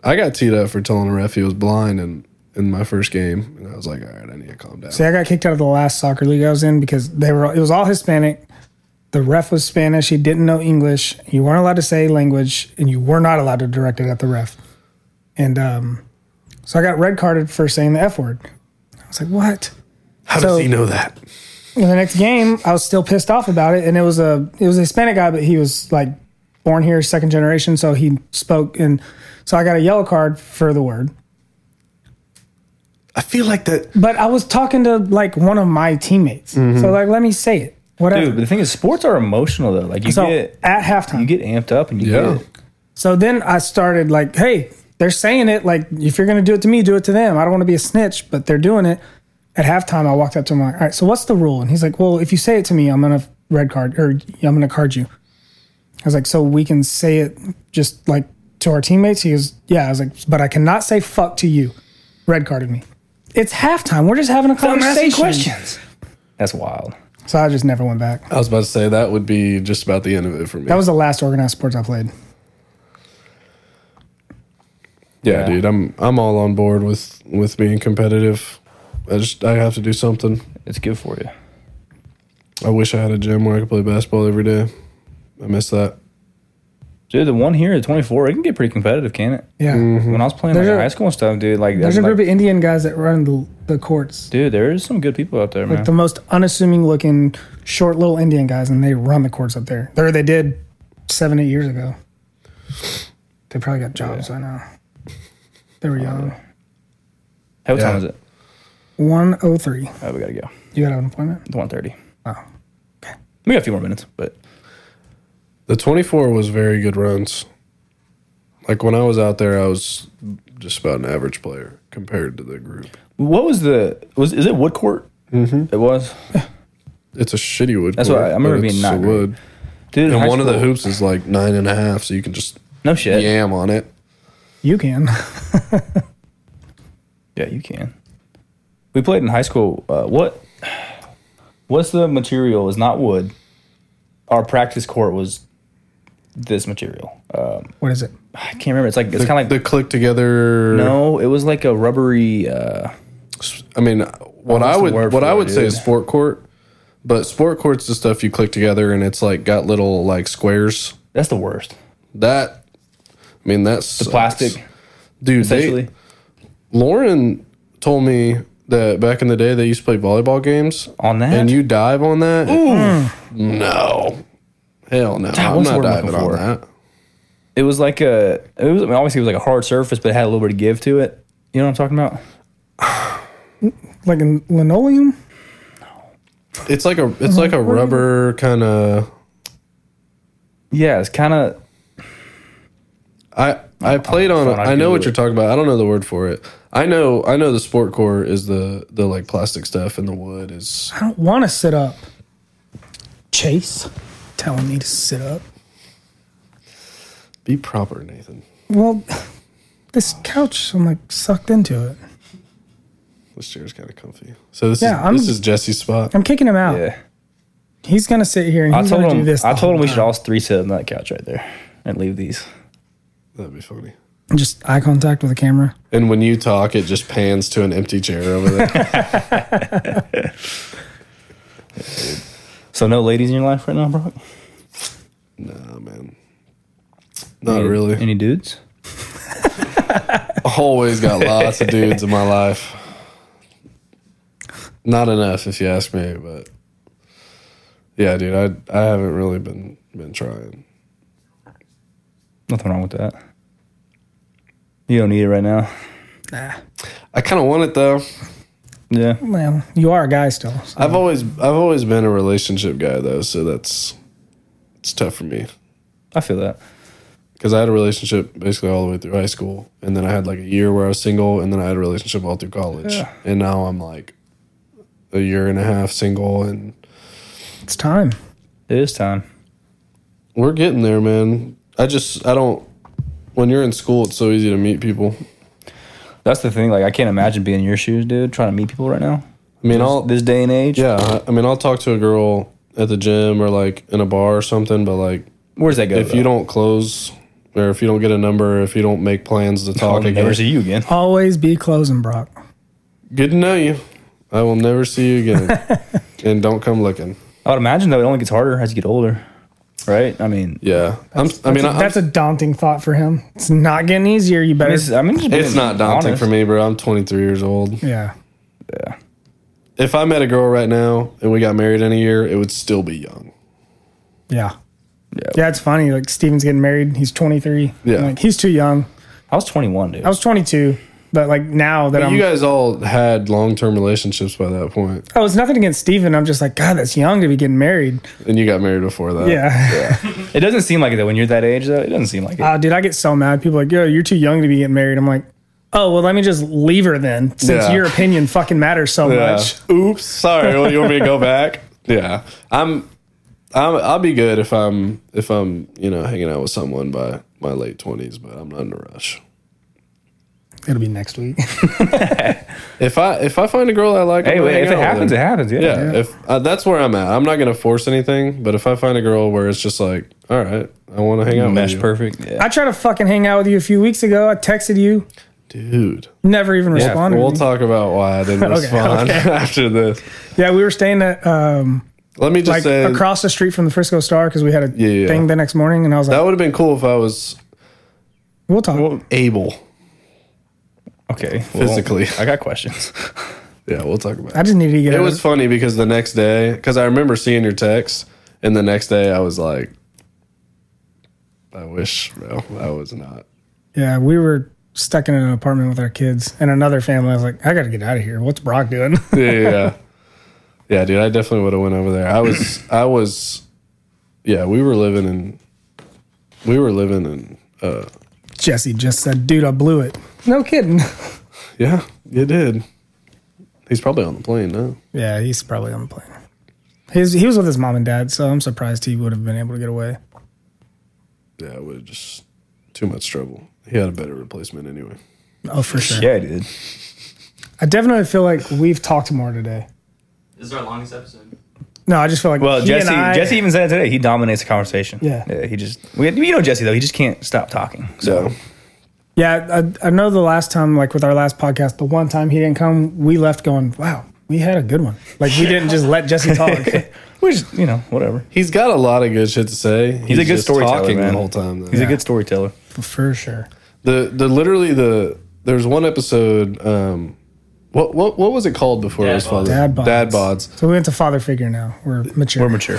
Speaker 3: I got teed up for telling the ref he was blind, and in my first game, and I was like, all right, I need to calm down.
Speaker 1: See, I got kicked out of the last soccer league I was in because they were it was all Hispanic. The ref was Spanish. He didn't know English. You weren't allowed to say language, and you were not allowed to direct it at the ref. And um, so I got red carded for saying the f word. I was like, "What?"
Speaker 3: How
Speaker 1: so-
Speaker 3: does he know that?
Speaker 1: And the next game, I was still pissed off about it, and it was a it was a Hispanic guy, but he was like born here, second generation, so he spoke, and so I got a yellow card for the word.
Speaker 3: I feel like that. Mm-hmm.
Speaker 1: But I was talking to like one of my teammates, so like let me say it, whatever.
Speaker 2: Dude, but the thing is, sports are emotional though. Like you
Speaker 1: so
Speaker 2: get
Speaker 1: at halftime,
Speaker 2: you get amped up and you
Speaker 3: Yeah.
Speaker 2: get
Speaker 1: So then I started like, hey, they're saying it. Like, if you're going to do it to me, do it to them. I don't want to be a snitch, but they're doing it. At halftime, I walked up to him like, all right, so what's the rule? And he's like, well, if you say it to me, I'm going to red card or I'm going to card you. I was like, so we can say it just like to our teammates? He goes, yeah. I was like, but I cannot say fuck to you. Red carded me. It's halftime. We're just having a conversation.
Speaker 2: That's wild.
Speaker 1: So I just never went back.
Speaker 3: I was about to say that would be just about the end of it for me.
Speaker 1: That was the last organized sports I played.
Speaker 3: yeah,
Speaker 2: Yeah.
Speaker 3: dude, I'm I'm all on board with with being competitive. I just I have to do something.
Speaker 2: It's good for you.
Speaker 3: I wish I had a gym where I could play basketball every day. I miss that.
Speaker 2: Dude, the one here at 24, it can get pretty competitive, can it?
Speaker 1: Yeah.
Speaker 3: Mm-hmm.
Speaker 2: When I was playing like,
Speaker 1: There's a-
Speaker 2: high school and stuff, dude, like,
Speaker 1: There's a
Speaker 2: Mm. like-
Speaker 1: group of Indian guys that run the, the courts.
Speaker 2: dude, there's some good people out there, man.
Speaker 1: like the most unassuming looking short little Indian guys, and they run the courts up there. There they did seven eight years ago. They probably got jobs I know. They were young.
Speaker 2: hey, what
Speaker 3: Yeah.
Speaker 2: time is it?
Speaker 1: One oh three.
Speaker 2: Oh, we gotta go.
Speaker 1: You got an appointment?
Speaker 2: It's 1.30.
Speaker 1: Oh.
Speaker 2: We got a few more minutes, but
Speaker 3: The 24 was very good runs. Like when I was out there, I was just about an average player compared to the group.
Speaker 2: what was the, was is it wood court? Mm-hmm. It was.
Speaker 3: It's a shitty wood.
Speaker 2: That's
Speaker 3: court,
Speaker 2: what I- I remember
Speaker 3: but
Speaker 2: being
Speaker 3: it's
Speaker 2: not
Speaker 3: a
Speaker 2: great.
Speaker 3: wood.
Speaker 2: Dude,
Speaker 3: And
Speaker 2: high
Speaker 3: one of the
Speaker 2: school-
Speaker 3: hoops is like nine and a half, so you can just
Speaker 2: No shit. Yeah.
Speaker 3: yam on it.
Speaker 1: You can.
Speaker 2: you can. We played in high school. Uh, what, what's the material? Is not wood. Our practice court was this material.
Speaker 1: what is it?
Speaker 2: I can't remember. It's like, it's
Speaker 3: The,
Speaker 2: kind of like,
Speaker 3: the click together.
Speaker 2: no, it was like a rubbery, uh,
Speaker 3: I mean, what
Speaker 2: what's
Speaker 3: I
Speaker 2: the
Speaker 3: would
Speaker 2: word
Speaker 3: what
Speaker 2: for
Speaker 3: I
Speaker 2: it,
Speaker 3: would say
Speaker 2: dude?
Speaker 3: is sport court, but sport court's the stuff you click together and it's like got little like squares.
Speaker 2: that's the worst.
Speaker 3: That, I mean, that's the
Speaker 2: Plastic,
Speaker 3: dude. They,
Speaker 2: essentially.
Speaker 3: Lauren told me that back in the day they used to play volleyball games
Speaker 2: On that?
Speaker 3: and you dive on that. No, hell no, I'm
Speaker 2: what's the
Speaker 3: not
Speaker 2: word I'm looking
Speaker 3: diving on
Speaker 2: for?
Speaker 3: that.
Speaker 2: it was like a it was I mean, obviously it was like a hard surface, but it had a little bit of give to it. You know what I'm talking about?
Speaker 1: Like in linoleum?
Speaker 3: it's like a it's like a rubber kind of.
Speaker 2: Yeah, it's kind of
Speaker 3: I I played on.
Speaker 2: thought I'd
Speaker 3: I know what
Speaker 2: Google
Speaker 3: you're talking about. I don't know the word for it. I know I know the sport core is the the like plastic stuff and the wood is
Speaker 1: I don't want to sit up. Chase telling me to sit up.
Speaker 3: be proper, Nathan.
Speaker 1: Well, this couch, I'm like sucked into it.
Speaker 3: This chair's kind of comfy. So this
Speaker 1: Yeah, I'm-
Speaker 3: is this is Jesse's spot.
Speaker 1: I'm kicking him out.
Speaker 2: yeah.
Speaker 1: He's gonna sit here and
Speaker 2: I
Speaker 1: he's
Speaker 2: told
Speaker 1: gonna uh, do
Speaker 2: him.
Speaker 1: this.
Speaker 2: I
Speaker 1: the
Speaker 2: told him
Speaker 1: whole
Speaker 2: we should
Speaker 1: time.
Speaker 2: all three sit on that couch right there and leave these.
Speaker 3: That'd be funny.
Speaker 1: just eye contact with the camera.
Speaker 3: And when you talk, it just pans to an empty chair over there.
Speaker 2: So no ladies in your life right now, Brock?
Speaker 3: nah, man. Not
Speaker 2: Any-
Speaker 3: really.
Speaker 2: Any dudes?
Speaker 3: Always got lots of dudes in my life. Not enough, if you ask me. But yeah, dude, I I haven't really been been trying.
Speaker 2: Nothing wrong with that. You don't need it right now.
Speaker 1: Nah.
Speaker 3: I kind of want it though.
Speaker 2: Yeah.
Speaker 1: Well, you are a guy still. so-
Speaker 3: I've always I've always been a relationship guy though, so that's it's tough for me
Speaker 2: I feel that.
Speaker 3: because I had a relationship basically all the way through high school, and then I had like a year where I was single, and then I had a relationship all through college,
Speaker 2: Yeah.
Speaker 3: and now I'm like a year and a half single, and
Speaker 1: It's time.
Speaker 2: It is time.
Speaker 3: we're getting there, man. I just I don't. When you're in school, it's so easy to meet people.
Speaker 2: That's the thing. Like, I can't imagine being in your shoes, dude, trying to meet people right now.
Speaker 3: I mean,
Speaker 2: This-
Speaker 3: I'll
Speaker 2: this day and age.
Speaker 3: yeah. I- I mean, I'll talk to a girl at the gym or like in a bar or something, but like
Speaker 2: Where's that go?
Speaker 3: if you don't close or if you don't get a number, if you don't make plans to
Speaker 2: I'll
Speaker 3: talk again,
Speaker 2: never see you again.
Speaker 1: Always be closing, Brock.
Speaker 3: good to know you. I will never see you again. and don't come looking.
Speaker 2: I would imagine though it only gets harder as you get older, right? I mean,
Speaker 3: Yeah. I'm, I mean, I'm,
Speaker 1: That's a daunting thought for him. It's not getting easier. You better.
Speaker 2: it's, I mean, just
Speaker 3: it's
Speaker 2: being
Speaker 3: not daunting
Speaker 2: honest.
Speaker 3: for me, bro. I'm 23 years old.
Speaker 1: yeah.
Speaker 2: Yeah.
Speaker 3: If I met a girl right now and we got married in a year, it would still be young.
Speaker 1: Yeah.
Speaker 2: Yeah.
Speaker 1: Yeah, it's funny. Like Steven's getting married. He's 23.
Speaker 3: Yeah.
Speaker 1: I'm Like he's too young.
Speaker 2: I was 21, dude.
Speaker 1: I was 22, but like now that I'm,
Speaker 3: You guys all had long term relationships by that point,
Speaker 1: oh, it's nothing against Steven. I'm just like, God, that's young to be getting married.
Speaker 3: and you got married before that.
Speaker 1: Yeah.
Speaker 2: it doesn't seem like it though. When you're that age, though, it doesn't seem like it.
Speaker 1: Ah, dude, I get so mad. People are like, yo, you're too young to be getting married. I'm like, oh, well, let me just leave her then since
Speaker 3: Yeah.
Speaker 1: your opinion fucking matters so
Speaker 3: Yeah.
Speaker 1: much.
Speaker 3: Oops, sorry. Well, you want me to go back? Yeah, I'm. I'm. I'll be good if I'm if I'm you know hanging out with someone by my late twenties, but I'm not in a rush.
Speaker 1: It'll be next week.
Speaker 3: If I if I find a girl I like,
Speaker 2: hey,
Speaker 3: I'm gonna
Speaker 2: wait,
Speaker 3: hang
Speaker 2: if it
Speaker 3: out with
Speaker 2: happens,
Speaker 3: her.
Speaker 2: it happens. Yeah.
Speaker 3: yeah. If uh, that's where I'm at, I'm not gonna force anything. But if I find a girl where it's just like, all right, I want to hang out
Speaker 2: Mesh
Speaker 3: with you,
Speaker 2: perfect. Yeah.
Speaker 1: I tried to fucking hang out with you a few weeks ago. I texted you,
Speaker 3: dude.
Speaker 1: never even responded.
Speaker 3: We'll
Speaker 1: to me.
Speaker 3: talk about why I didn't
Speaker 1: Okay,
Speaker 3: respond
Speaker 1: okay.
Speaker 3: after this.
Speaker 1: yeah, we were staying at um,
Speaker 3: Let me just
Speaker 1: like
Speaker 3: say
Speaker 1: across the street from the Frisco Star because we had a
Speaker 3: Yeah, yeah.
Speaker 1: thing the next morning, and I was like,
Speaker 3: that would have been cool if I was
Speaker 1: we'll talk.
Speaker 3: able.
Speaker 2: Okay.
Speaker 3: Physically.
Speaker 2: I got questions.
Speaker 3: Yeah, we'll talk about. it.
Speaker 1: I just needed to get
Speaker 3: It
Speaker 1: out
Speaker 3: was
Speaker 1: of-
Speaker 3: funny because the next day, because I remember seeing your text, and the next day I was like, I wish, bro, I was not.
Speaker 1: yeah, we were stuck in an apartment with our kids and another family. I was like, I got to get out of here. What's Brock doing?
Speaker 3: Yeah, yeah, yeah. yeah, dude, I definitely would have went over there. I was, I was, yeah, we were living in, we were living in, uh,
Speaker 1: Jesse just said, dude, I blew it. No kidding.
Speaker 3: yeah, you did. He's probably on the plane now.
Speaker 1: yeah, he's probably on the plane. His, he was with his mom and dad, so I'm surprised he would have been able to get away.
Speaker 3: Yeah, it would have just too much trouble. He had a better replacement anyway.
Speaker 1: Oh, for sure.
Speaker 2: yeah, dude.
Speaker 1: I definitely feel like we've talked more today.
Speaker 4: This is our longest episode.
Speaker 1: No, I just feel like
Speaker 2: Well,
Speaker 1: he
Speaker 2: Jesse.
Speaker 1: and I-
Speaker 2: Jesse even said it today. He dominates the conversation.
Speaker 1: Yeah.
Speaker 2: Yeah. He just. We, you know Jesse though. He just can't stop talking. So
Speaker 3: So,
Speaker 1: Yeah, I, I know the last time, like with our last podcast, the one time he didn't come, we left going, wow, we had a good one. Like we didn't just let Jesse talk.
Speaker 2: we just, you know, whatever.
Speaker 3: he's got a lot of good shit to say. He's,
Speaker 2: a good
Speaker 3: just
Speaker 2: storyteller,
Speaker 3: talking
Speaker 2: man.
Speaker 3: the whole time. Though.
Speaker 2: He's a good storyteller.
Speaker 1: for sure.
Speaker 3: The the literally the there's one episode. Um, what what what was it called before it
Speaker 4: Dad
Speaker 3: was
Speaker 4: Bods.
Speaker 3: Father
Speaker 1: Dad bods.
Speaker 3: Dad bods.
Speaker 1: So we went to father figure now. We're mature.
Speaker 2: We're mature.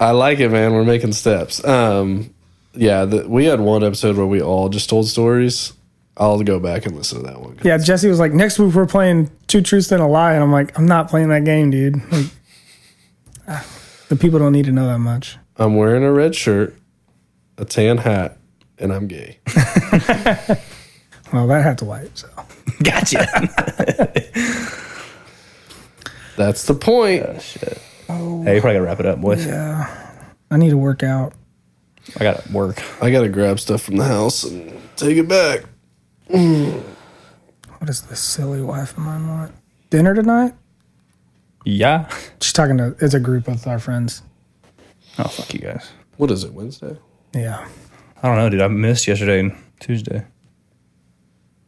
Speaker 3: I like it, man. We're making steps. Um, yeah, the, we had one episode where we all just told stories. I'll go back and listen to that one.
Speaker 1: yeah, Jesse was like, next week we're playing Two Truths and a Lie. And I'm like, I'm not playing that game, dude. Like, The people don't need to know that much.
Speaker 3: I'm wearing a red shirt, a tan hat, and I'm gay.
Speaker 1: Well, that had to white. So
Speaker 2: Gotcha.
Speaker 3: That's the point.
Speaker 2: Shit.
Speaker 1: Oh,
Speaker 2: Hey, you probably gotta wrap it up, boys.
Speaker 1: I need to work out.
Speaker 2: I gotta work.
Speaker 3: I gotta grab stuff from the house and take it back.
Speaker 1: What does this silly wife of mine want? Dinner tonight?
Speaker 2: Yeah.
Speaker 1: She's talking to. It's a group of our friends.
Speaker 2: Oh fuck you guys.
Speaker 3: What is it, Wednesday?
Speaker 1: Yeah.
Speaker 2: I don't know, dude. I missed yesterday and Tuesday.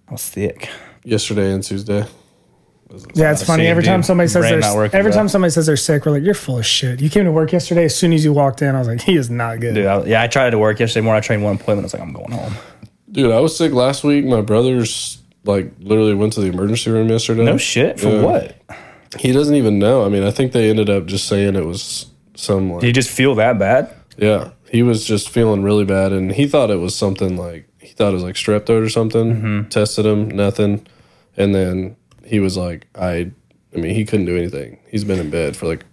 Speaker 2: I was thick.
Speaker 3: Yesterday and Tuesday.
Speaker 1: Yeah, it's funny.
Speaker 2: Uh, same
Speaker 1: Every time
Speaker 2: dude.
Speaker 1: somebody says
Speaker 2: Brain
Speaker 1: they're
Speaker 2: not working,
Speaker 1: every
Speaker 2: bro.
Speaker 1: time somebody says they're sick, we're like, "You're full of shit." You came to work yesterday. As soon as you walked in, I was like, "He is not good."
Speaker 2: Dude, I, yeah, I tried to work yesterday morning. I trained one appointment. I was like, I'm going home.
Speaker 3: Dude, I was sick last week. My brother's like literally went to the emergency room yesterday.
Speaker 2: No shit. For
Speaker 3: Yeah.
Speaker 2: what?
Speaker 3: He doesn't even know. I mean, I think they ended up just saying it was some like
Speaker 2: Did you just feel that bad?
Speaker 3: Yeah, he was just feeling really bad, and he thought it was something like he thought it was like strep throat or something.
Speaker 2: Mm-hmm.
Speaker 3: Tested him, nothing, and then he was like, "I, I mean, he couldn't do anything. He's been in bed for like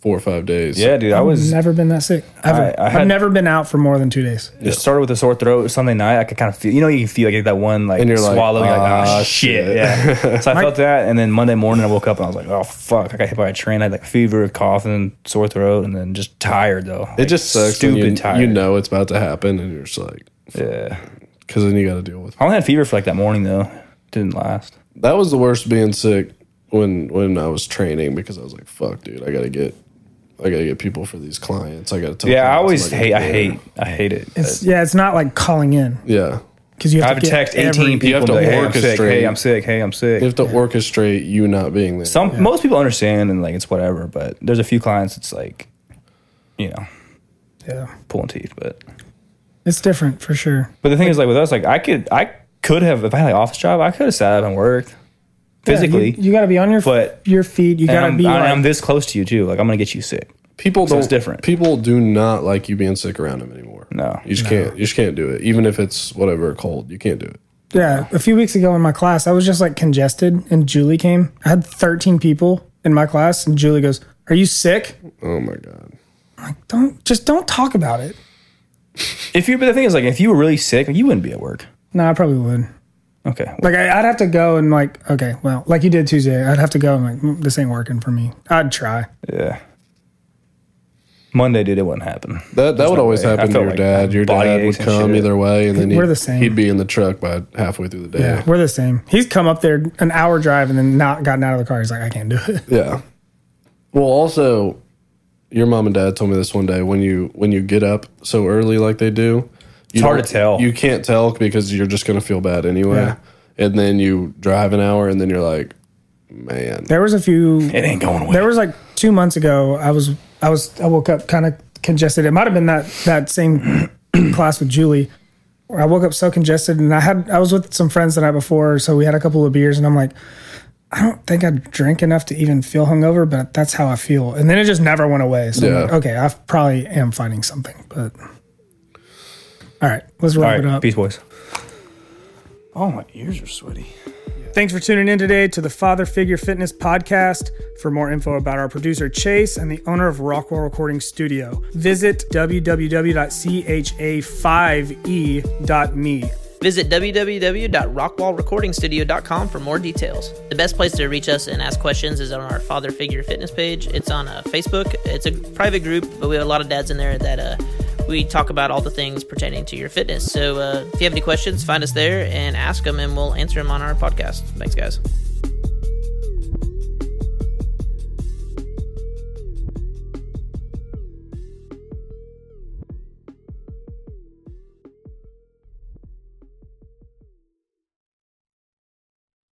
Speaker 3: four or five days.
Speaker 2: Yeah, dude. I was.
Speaker 1: never been that sick. Ever.
Speaker 2: I- I
Speaker 1: I,
Speaker 2: had-
Speaker 1: have never been out for more than two days.
Speaker 2: It started with a sore throat Sunday night. I could kind of feel, you know, you can feel like that one like
Speaker 3: And you're like,
Speaker 2: swallow. you're like,
Speaker 3: "Ah,
Speaker 2: ah, shit. Yeah. So I felt that, and then Monday morning I woke up and I was like, oh fuck, I got hit by a train. I had like fever, coughing, sore throat, and then just tired though.
Speaker 3: it just sucks.
Speaker 2: Stupid
Speaker 3: when you,
Speaker 2: tired.
Speaker 3: You know it's about to happen, and you're just like,
Speaker 2: Yeah.
Speaker 3: because then you got to deal with.
Speaker 2: I only had fever for like that morning though. Didn't last.
Speaker 3: That was the worst being sick when when I was training because I was like, "Fuck, dude, I gotta get." I gotta get people for these clients. I gotta tell.
Speaker 2: Yeah, I
Speaker 3: clients
Speaker 2: always
Speaker 3: I'm not
Speaker 2: hate. I
Speaker 3: gonna be there.
Speaker 2: hate. I hate it.
Speaker 1: It's, yeah, it's not like calling in
Speaker 3: Yeah,
Speaker 1: because you
Speaker 2: I
Speaker 1: have
Speaker 2: have
Speaker 1: to
Speaker 2: to
Speaker 1: get
Speaker 2: text
Speaker 1: every-
Speaker 2: eighteen people.
Speaker 3: have
Speaker 2: To
Speaker 3: to
Speaker 2: hey, I'm sick.
Speaker 3: orchestrate.
Speaker 2: Hey, I'm sick. Hey, I'm sick.
Speaker 3: you have to orchestrate you not being there.
Speaker 2: Some most people understand and like it's whatever, but there's a few clients it's like, you know,
Speaker 1: Yeah,
Speaker 2: pulling teeth. But
Speaker 1: it's different for sure.
Speaker 2: but the thing is like with us, like I could I could have if I had an office job, I could have sat up and worked
Speaker 1: Yeah, you-
Speaker 2: physically.
Speaker 1: you, got to be on your
Speaker 2: but-
Speaker 1: your feet. You
Speaker 2: and
Speaker 1: got to
Speaker 2: I'm,
Speaker 1: be.
Speaker 2: I'm,
Speaker 1: like-
Speaker 2: I'm this close to you too. Like I'm gonna get you sick.
Speaker 3: people
Speaker 2: So
Speaker 3: don't
Speaker 2: it's different.
Speaker 3: People do not like you being sick around them anymore.
Speaker 2: No.
Speaker 3: you just can't. You just can't do it. Even if it's whatever a cold, you can't do it.
Speaker 1: Yeah, a few weeks ago in my class, I was just like congested, and Julie came. I had 13 people in my class, and Julie goes, "Are you sick?"
Speaker 3: Oh my god.
Speaker 1: Don't just don't talk about it.
Speaker 2: If you but the thing is like if you were really sick, you wouldn't be at work.
Speaker 1: No, I probably would.
Speaker 2: Okay. well,
Speaker 1: Like I, I'd have to go and like, okay, well, like you did Tuesday, I'd have to go and like, "Mm, this ain't working for me. I'd try.
Speaker 2: yeah. Monday, dude, it wouldn't happen.
Speaker 3: That that would
Speaker 2: no
Speaker 3: always
Speaker 2: way. I
Speaker 3: happen to
Speaker 2: felt
Speaker 3: your
Speaker 2: like
Speaker 3: dad. Your
Speaker 2: body
Speaker 3: dad would
Speaker 2: aches and
Speaker 3: come
Speaker 2: shit.
Speaker 3: either way, and then
Speaker 1: We're
Speaker 3: he'd,
Speaker 1: the same.
Speaker 3: he'd be in the truck by halfway through the day.
Speaker 1: We're the same. He's come up there an hour drive and then not gotten out of the car. He's like, I can't do it.
Speaker 3: Yeah. Well, also, your mom and dad told me this one day when you when you get up so early like they do. It's
Speaker 2: hard to tell.
Speaker 3: You can't tell because you're just gonna feel bad anyway.
Speaker 1: Yeah.
Speaker 3: And then you drive an hour, and then you're like, man.
Speaker 1: There was a few.
Speaker 2: It ain't going away.
Speaker 1: There was like two months ago. I was I was I woke up kind of congested. It might have been that that same class with Julie. Where I woke up so congested, and I had I was with some friends the night before, so we had a couple of beers, and I'm like, I don't think I drank enough to even feel hungover, but that's how I feel. And then it just never went away. So I'm
Speaker 3: Yeah.
Speaker 1: like, okay, I probably am fighting something, but. All right, let's
Speaker 2: All
Speaker 1: wrap
Speaker 2: right,
Speaker 1: it up.
Speaker 2: peace, boys. Oh, my ears are sweaty.
Speaker 1: Thanks for tuning in today to the Father Figure Fitness podcast. For more info about our producer Chase and the owner of Rockwell Recording Studio, visit E www.cha5e.me.
Speaker 5: Visit www.rockwallrecordingstudio.com for more details. The best place to reach us and ask questions is on our Father Figure Fitness page. It's on uh, Facebook. It's a private group, but we have a lot of dads in there that uh, we talk about all the things pertaining to your fitness. So uh, if you have any questions, find us there and ask them, and we'll answer them on our podcast. Thanks, guys.